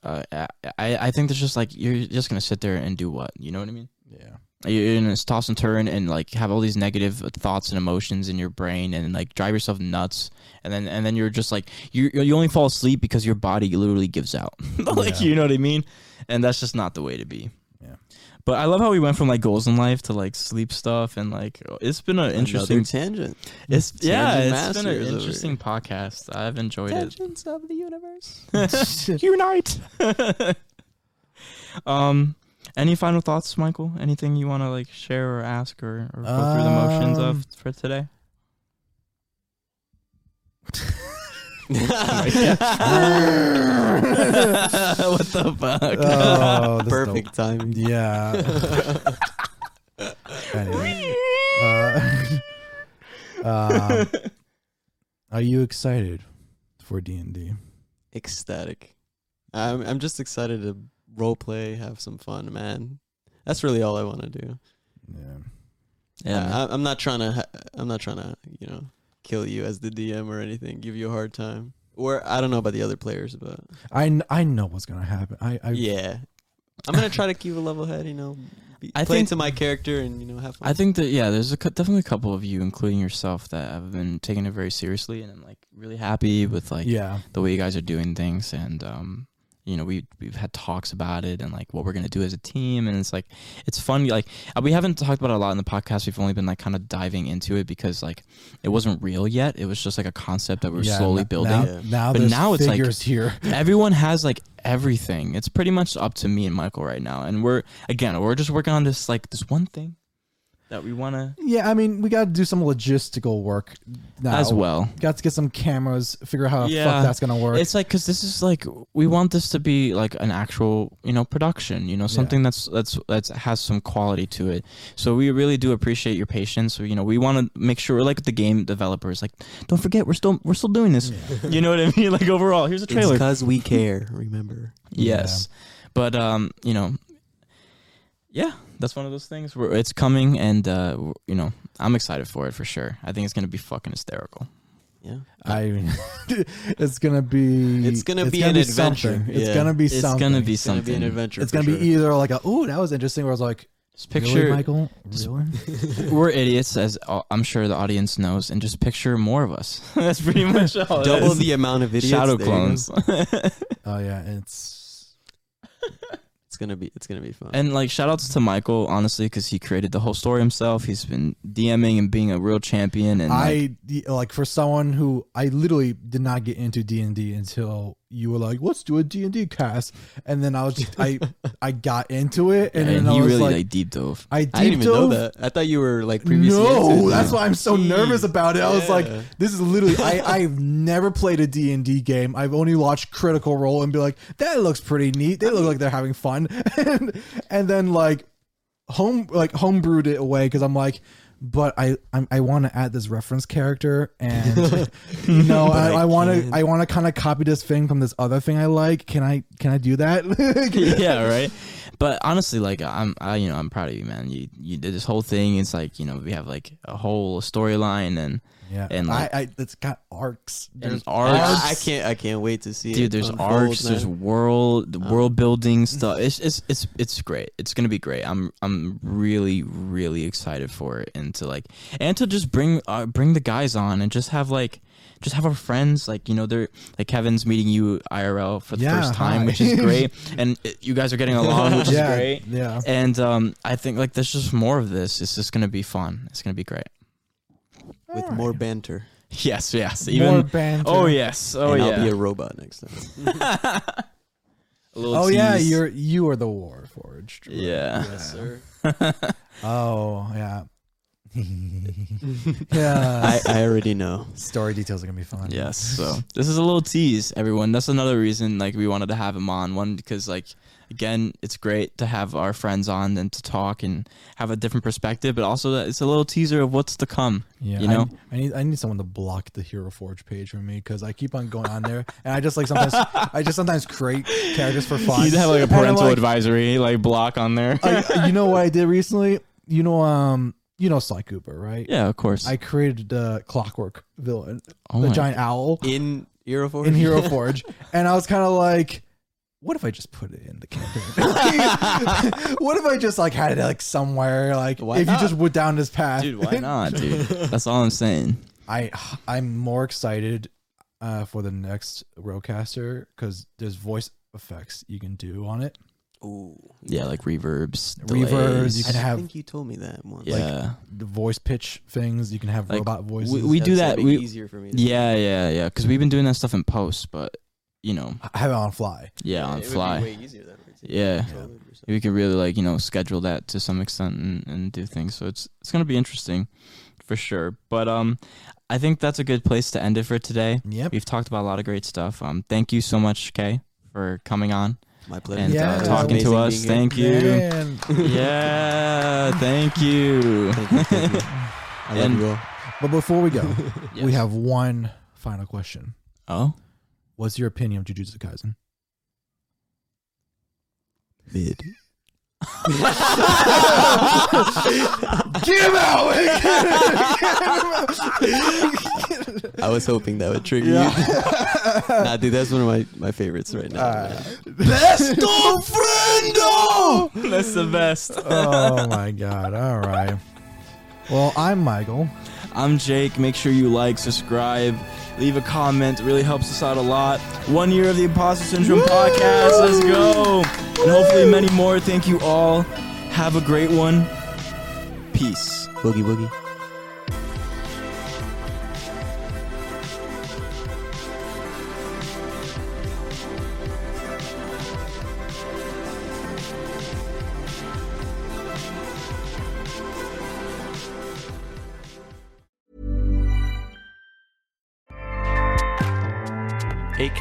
A: uh, I I I think there's just like you're just gonna sit there and do what you know what I mean.
B: Yeah.
A: You're in this toss and turn and like have all these negative thoughts and emotions in your brain and like drive yourself nuts and then and then you're just like you you only fall asleep because your body literally gives out [laughs] like
B: Yeah.
A: you know what I mean and that's just not the way to be.
B: Yeah.
A: But I love how we went from like goals in life to like sleep stuff and like it's been an
C: Interesting
A: interesting [laughs]
C: tangent.
A: it's yeah,
C: Tangent
A: it's been
C: Masters
A: an
C: over here.
A: interesting podcast. I've enjoyed it.
C: Tangents of the universe.
A: [laughs] Unite. um, any final thoughts, Michael? Anything you want to like share or ask or, or go through the motions
B: Um,
A: of for today?
C: [laughs]
A: [laughs] Oh, what the [laughs] fuck?
B: Oh, this is the-
C: Perfect timing.
B: [laughs]
A: [laughs]
B: Yeah. Anyway,
A: [laughs]
B: uh, uh, are you excited for D and D?
C: Ecstatic. I'm I'm just excited to role play, have some fun, man. That's really all I want to do.
B: Yeah.
A: yeah, man.
C: I, I- I'm not trying to. ha- I'm not trying to. You know, kill you as the DM or anything. Give you a hard time. Or I don't know about the other players, but
B: I, kn- I know what's gonna happen. I, I
C: yeah, I'm gonna try to keep a level head. You know, be,
A: I
C: play
A: think-
C: into my character and you know have fun.
A: I think that yeah, there's a, cou- definitely a couple of you, including yourself, that have been taking it very seriously, and I'm like really happy with like
B: yeah.
A: the way you guys are doing things, and um, you know we we've had talks about it and like what we're gonna do as a team, and it's like it's fun. Like uh, we haven't talked about it a lot in the podcast. We've only been like kind of diving into it because like it wasn't real yet. It was just like a concept that we are
B: Yeah,
A: slowly
B: n-
A: building.
B: Now,
C: Yeah.
B: now
A: But
B: there's
A: now it's like- [laughs]
B: figures here.
A: Everyone has like everything. It's pretty much up to me and Michael right now, and we're again we're just working on this like this one thing that we want to
B: Yeah, I mean, we got to do some logistical work now.
A: as well.
B: Got to get some cameras, figure out how the
A: Yeah.
B: fuck that's gonna work.
A: It's like because this is like we want this to be like an actual you know production, you know something that's that's that's has some quality to it. So we really do appreciate your patience. So, you know we want to make sure we're like the game developers. Like don't forget we're still we're still doing
B: [laughs]
A: this. You know what I mean? [laughs] Like overall, here's a trailer.
C: because we care. Remember,
A: Yes, but um, you know, yeah, that's one of those things where it's coming, and uh, w- you know, I'm excited for it for sure. I think it's gonna be fucking hysterical.
C: yeah,
B: [laughs] I, [laughs] it's gonna be.
C: It's gonna be an adventure.
B: something. It's
C: Yeah.
B: gonna be
A: It's
B: something.
A: gonna be
C: it's gonna
A: something.
C: be an adventure.
B: It's
C: for
B: gonna
C: sure.
B: be either like a oh that was interesting, or it's like
A: Just
B: "Really,
A: picture
B: Michael,
A: just- [laughs]
B: really?
A: we're idiots, as all- I'm sure the audience knows, and just picture more of us. [laughs] That's pretty much all.
B: E-
A: it
C: double
A: is. [laughs]
C: the amount of videos.
A: shadow
C: there
A: [laughs]
C: you go.
A: clones,
B: Oh yeah, it's
C: It's gonna be it's gonna be fun.
A: and like shout outs to Michael honestly because he created the whole story himself. He's been DMing and being a real champion, and like,
B: I the- like for someone who I literally did not get into D and D until you were like let's do a D and D cast, and then I was just,
A: [laughs]
B: I I got into it, and,
A: and
B: then I
A: he
B: was
A: really like,
B: like,
A: deep dove.
B: I,
C: I didn't
B: deep
C: even know
B: dove-
C: that. I thought you
A: [laughs]
C: were like previously.
B: No,
C: into it.
B: that's why I'm so
C: Jeez.
B: nervous about it. I was like,
C: Yeah.
B: this is literally I, I've never played a D&D game. I've only watched Critical Role and be like, that looks pretty neat. They look like they're having fun. [laughs] and, and then like home like homebrewed it away because I'm like, but I I'm, I want to add this reference character
C: [laughs]
B: and you know
C: But I
B: I want
C: can't.
B: to I want to kind of copy this thing from this other thing I like. Can I can I do that? [laughs] Like,
A: [laughs] yeah, right. But honestly, like I'm, I, you know, I'm proud of you, man. You you did this whole thing. It's like you know we have like a whole storyline and
B: yeah,
A: And, like-
B: I, I it's got arcs. There's
A: and
C: I-
A: arcs.
C: I, can't. I can't wait to see it.
A: Dude, there's
C: unfold,
A: arcs,
C: man.
A: there's world,
B: Uh-huh.
A: world building stuff. It's, it's it's it's great. It's gonna be great. I'm I'm really really excited for it, and to like and to just bring uh, bring the guys on and just have like just have our friends like you know they're like Kevin's meeting you IRL for the
B: Yeah,
A: first time,
B: hi.
A: which is
B: [laughs]
A: great, and uh, you guys are getting along, which
B: yeah,
A: is great.
B: yeah.
A: And um, I think like there's just more of this. It's just gonna be fun. It's gonna be great. [laughs]
C: with more banter.
A: Yes, yes.
B: More
A: Even
B: banter.
A: oh yes, oh
C: and
A: yeah.
C: I'll be a robot
A: [laughs]
C: next time.
A: A little
B: Oh yeah,
A: tease.
B: you're you are the war forged.
A: yeah.
C: sir.
B: Oh [laughs] yeah. yeah.
C: I, I already know.
B: [laughs] Story details are gonna be fun.
A: Yes. So [laughs] this is a little tease, everyone. That's another reason like we wanted to have him on. One because like again, it's great to have our friends on and to talk and have a different perspective, but also that it's a little teaser of what's to come.
B: Yeah,
A: You [laughs] know?
B: I, I need I need someone to block the Hero Forge page for me because I keep on going on there, and I just like [laughs] sometimes I just sometimes create characters for fun.
A: You'd have like a
B: And I'm
A: parental
B: like,
A: advisory like block on there.
B: I- you know what I did recently? You know, um, you know Sly Cooper, right?
A: [laughs] yeah, of course.
B: I created the Clockwork villain,
A: Oh
B: the
A: my-
B: giant owl.
C: In Hero Force.
A: [laughs]
B: in
C: [laughs]
B: Hero Forge, and I was kind of like, what if I just put it in the campaign? what if I just [laughs] like had it like somewhere? Like
C: Why
B: if
C: not?
B: you just went down this path,
A: Dude,
B: [laughs]
A: why not, dude? That's all I'm saying.
B: I I'm more excited uh, for the next Rodecaster because there's voice effects you can do on it,
C: Ooh.
A: Yeah, like reverbs,
B: reverbs. You
A: delays.
B: can
C: I
B: have
C: think you told me that once.
A: yeah.
B: the voice pitch things. You can have
A: Like,
B: robot voices.
A: we do that-
C: Make it
A: we-
C: easier for me.
A: yeah, yeah, yeah. Because we've been doing that stuff in post, but you know,
B: I have it on fly.
A: yeah, on
C: it would be
A: fly.
C: way easier that way, too.
A: Yeah.
C: Control it yourself.
A: we can really like you know schedule that to some extent and, and do things so it's it's gonna be interesting for sure but um i think that's a good place to end it for today
B: Yep.
A: we've talked about a lot of great stuff um thank you so much kay for coming on
C: My pleasure.
A: and
B: Yeah.
A: uh,
B: It's
A: talking to us thank you
B: And
A: [laughs]
C: [laughs]
A: yeah thank you
C: Thank you. Thank you. I love
A: And-
C: you all.
B: but before we
A: [laughs]
B: go,
A: Yes.
B: we have one final question.
A: [laughs] oh
B: What's your opinion of Jujutsu Kaisen?
C: Mid.
B: Get him out!
C: I was hoping that would trigger you. nah, dude, that's one of my, my favorites right now.
B: Best of friendo.
A: That's the best.
B: Oh my god! All right. Well, I'm Michael.
A: I'm Jake. Make sure you like, subscribe, leave a comment. It really helps us out a lot. One year of the Imposter Syndrome podcast. Let's go. And hopefully many more. Thank you all. Have a great one. Peace.
C: Boogie Boogie.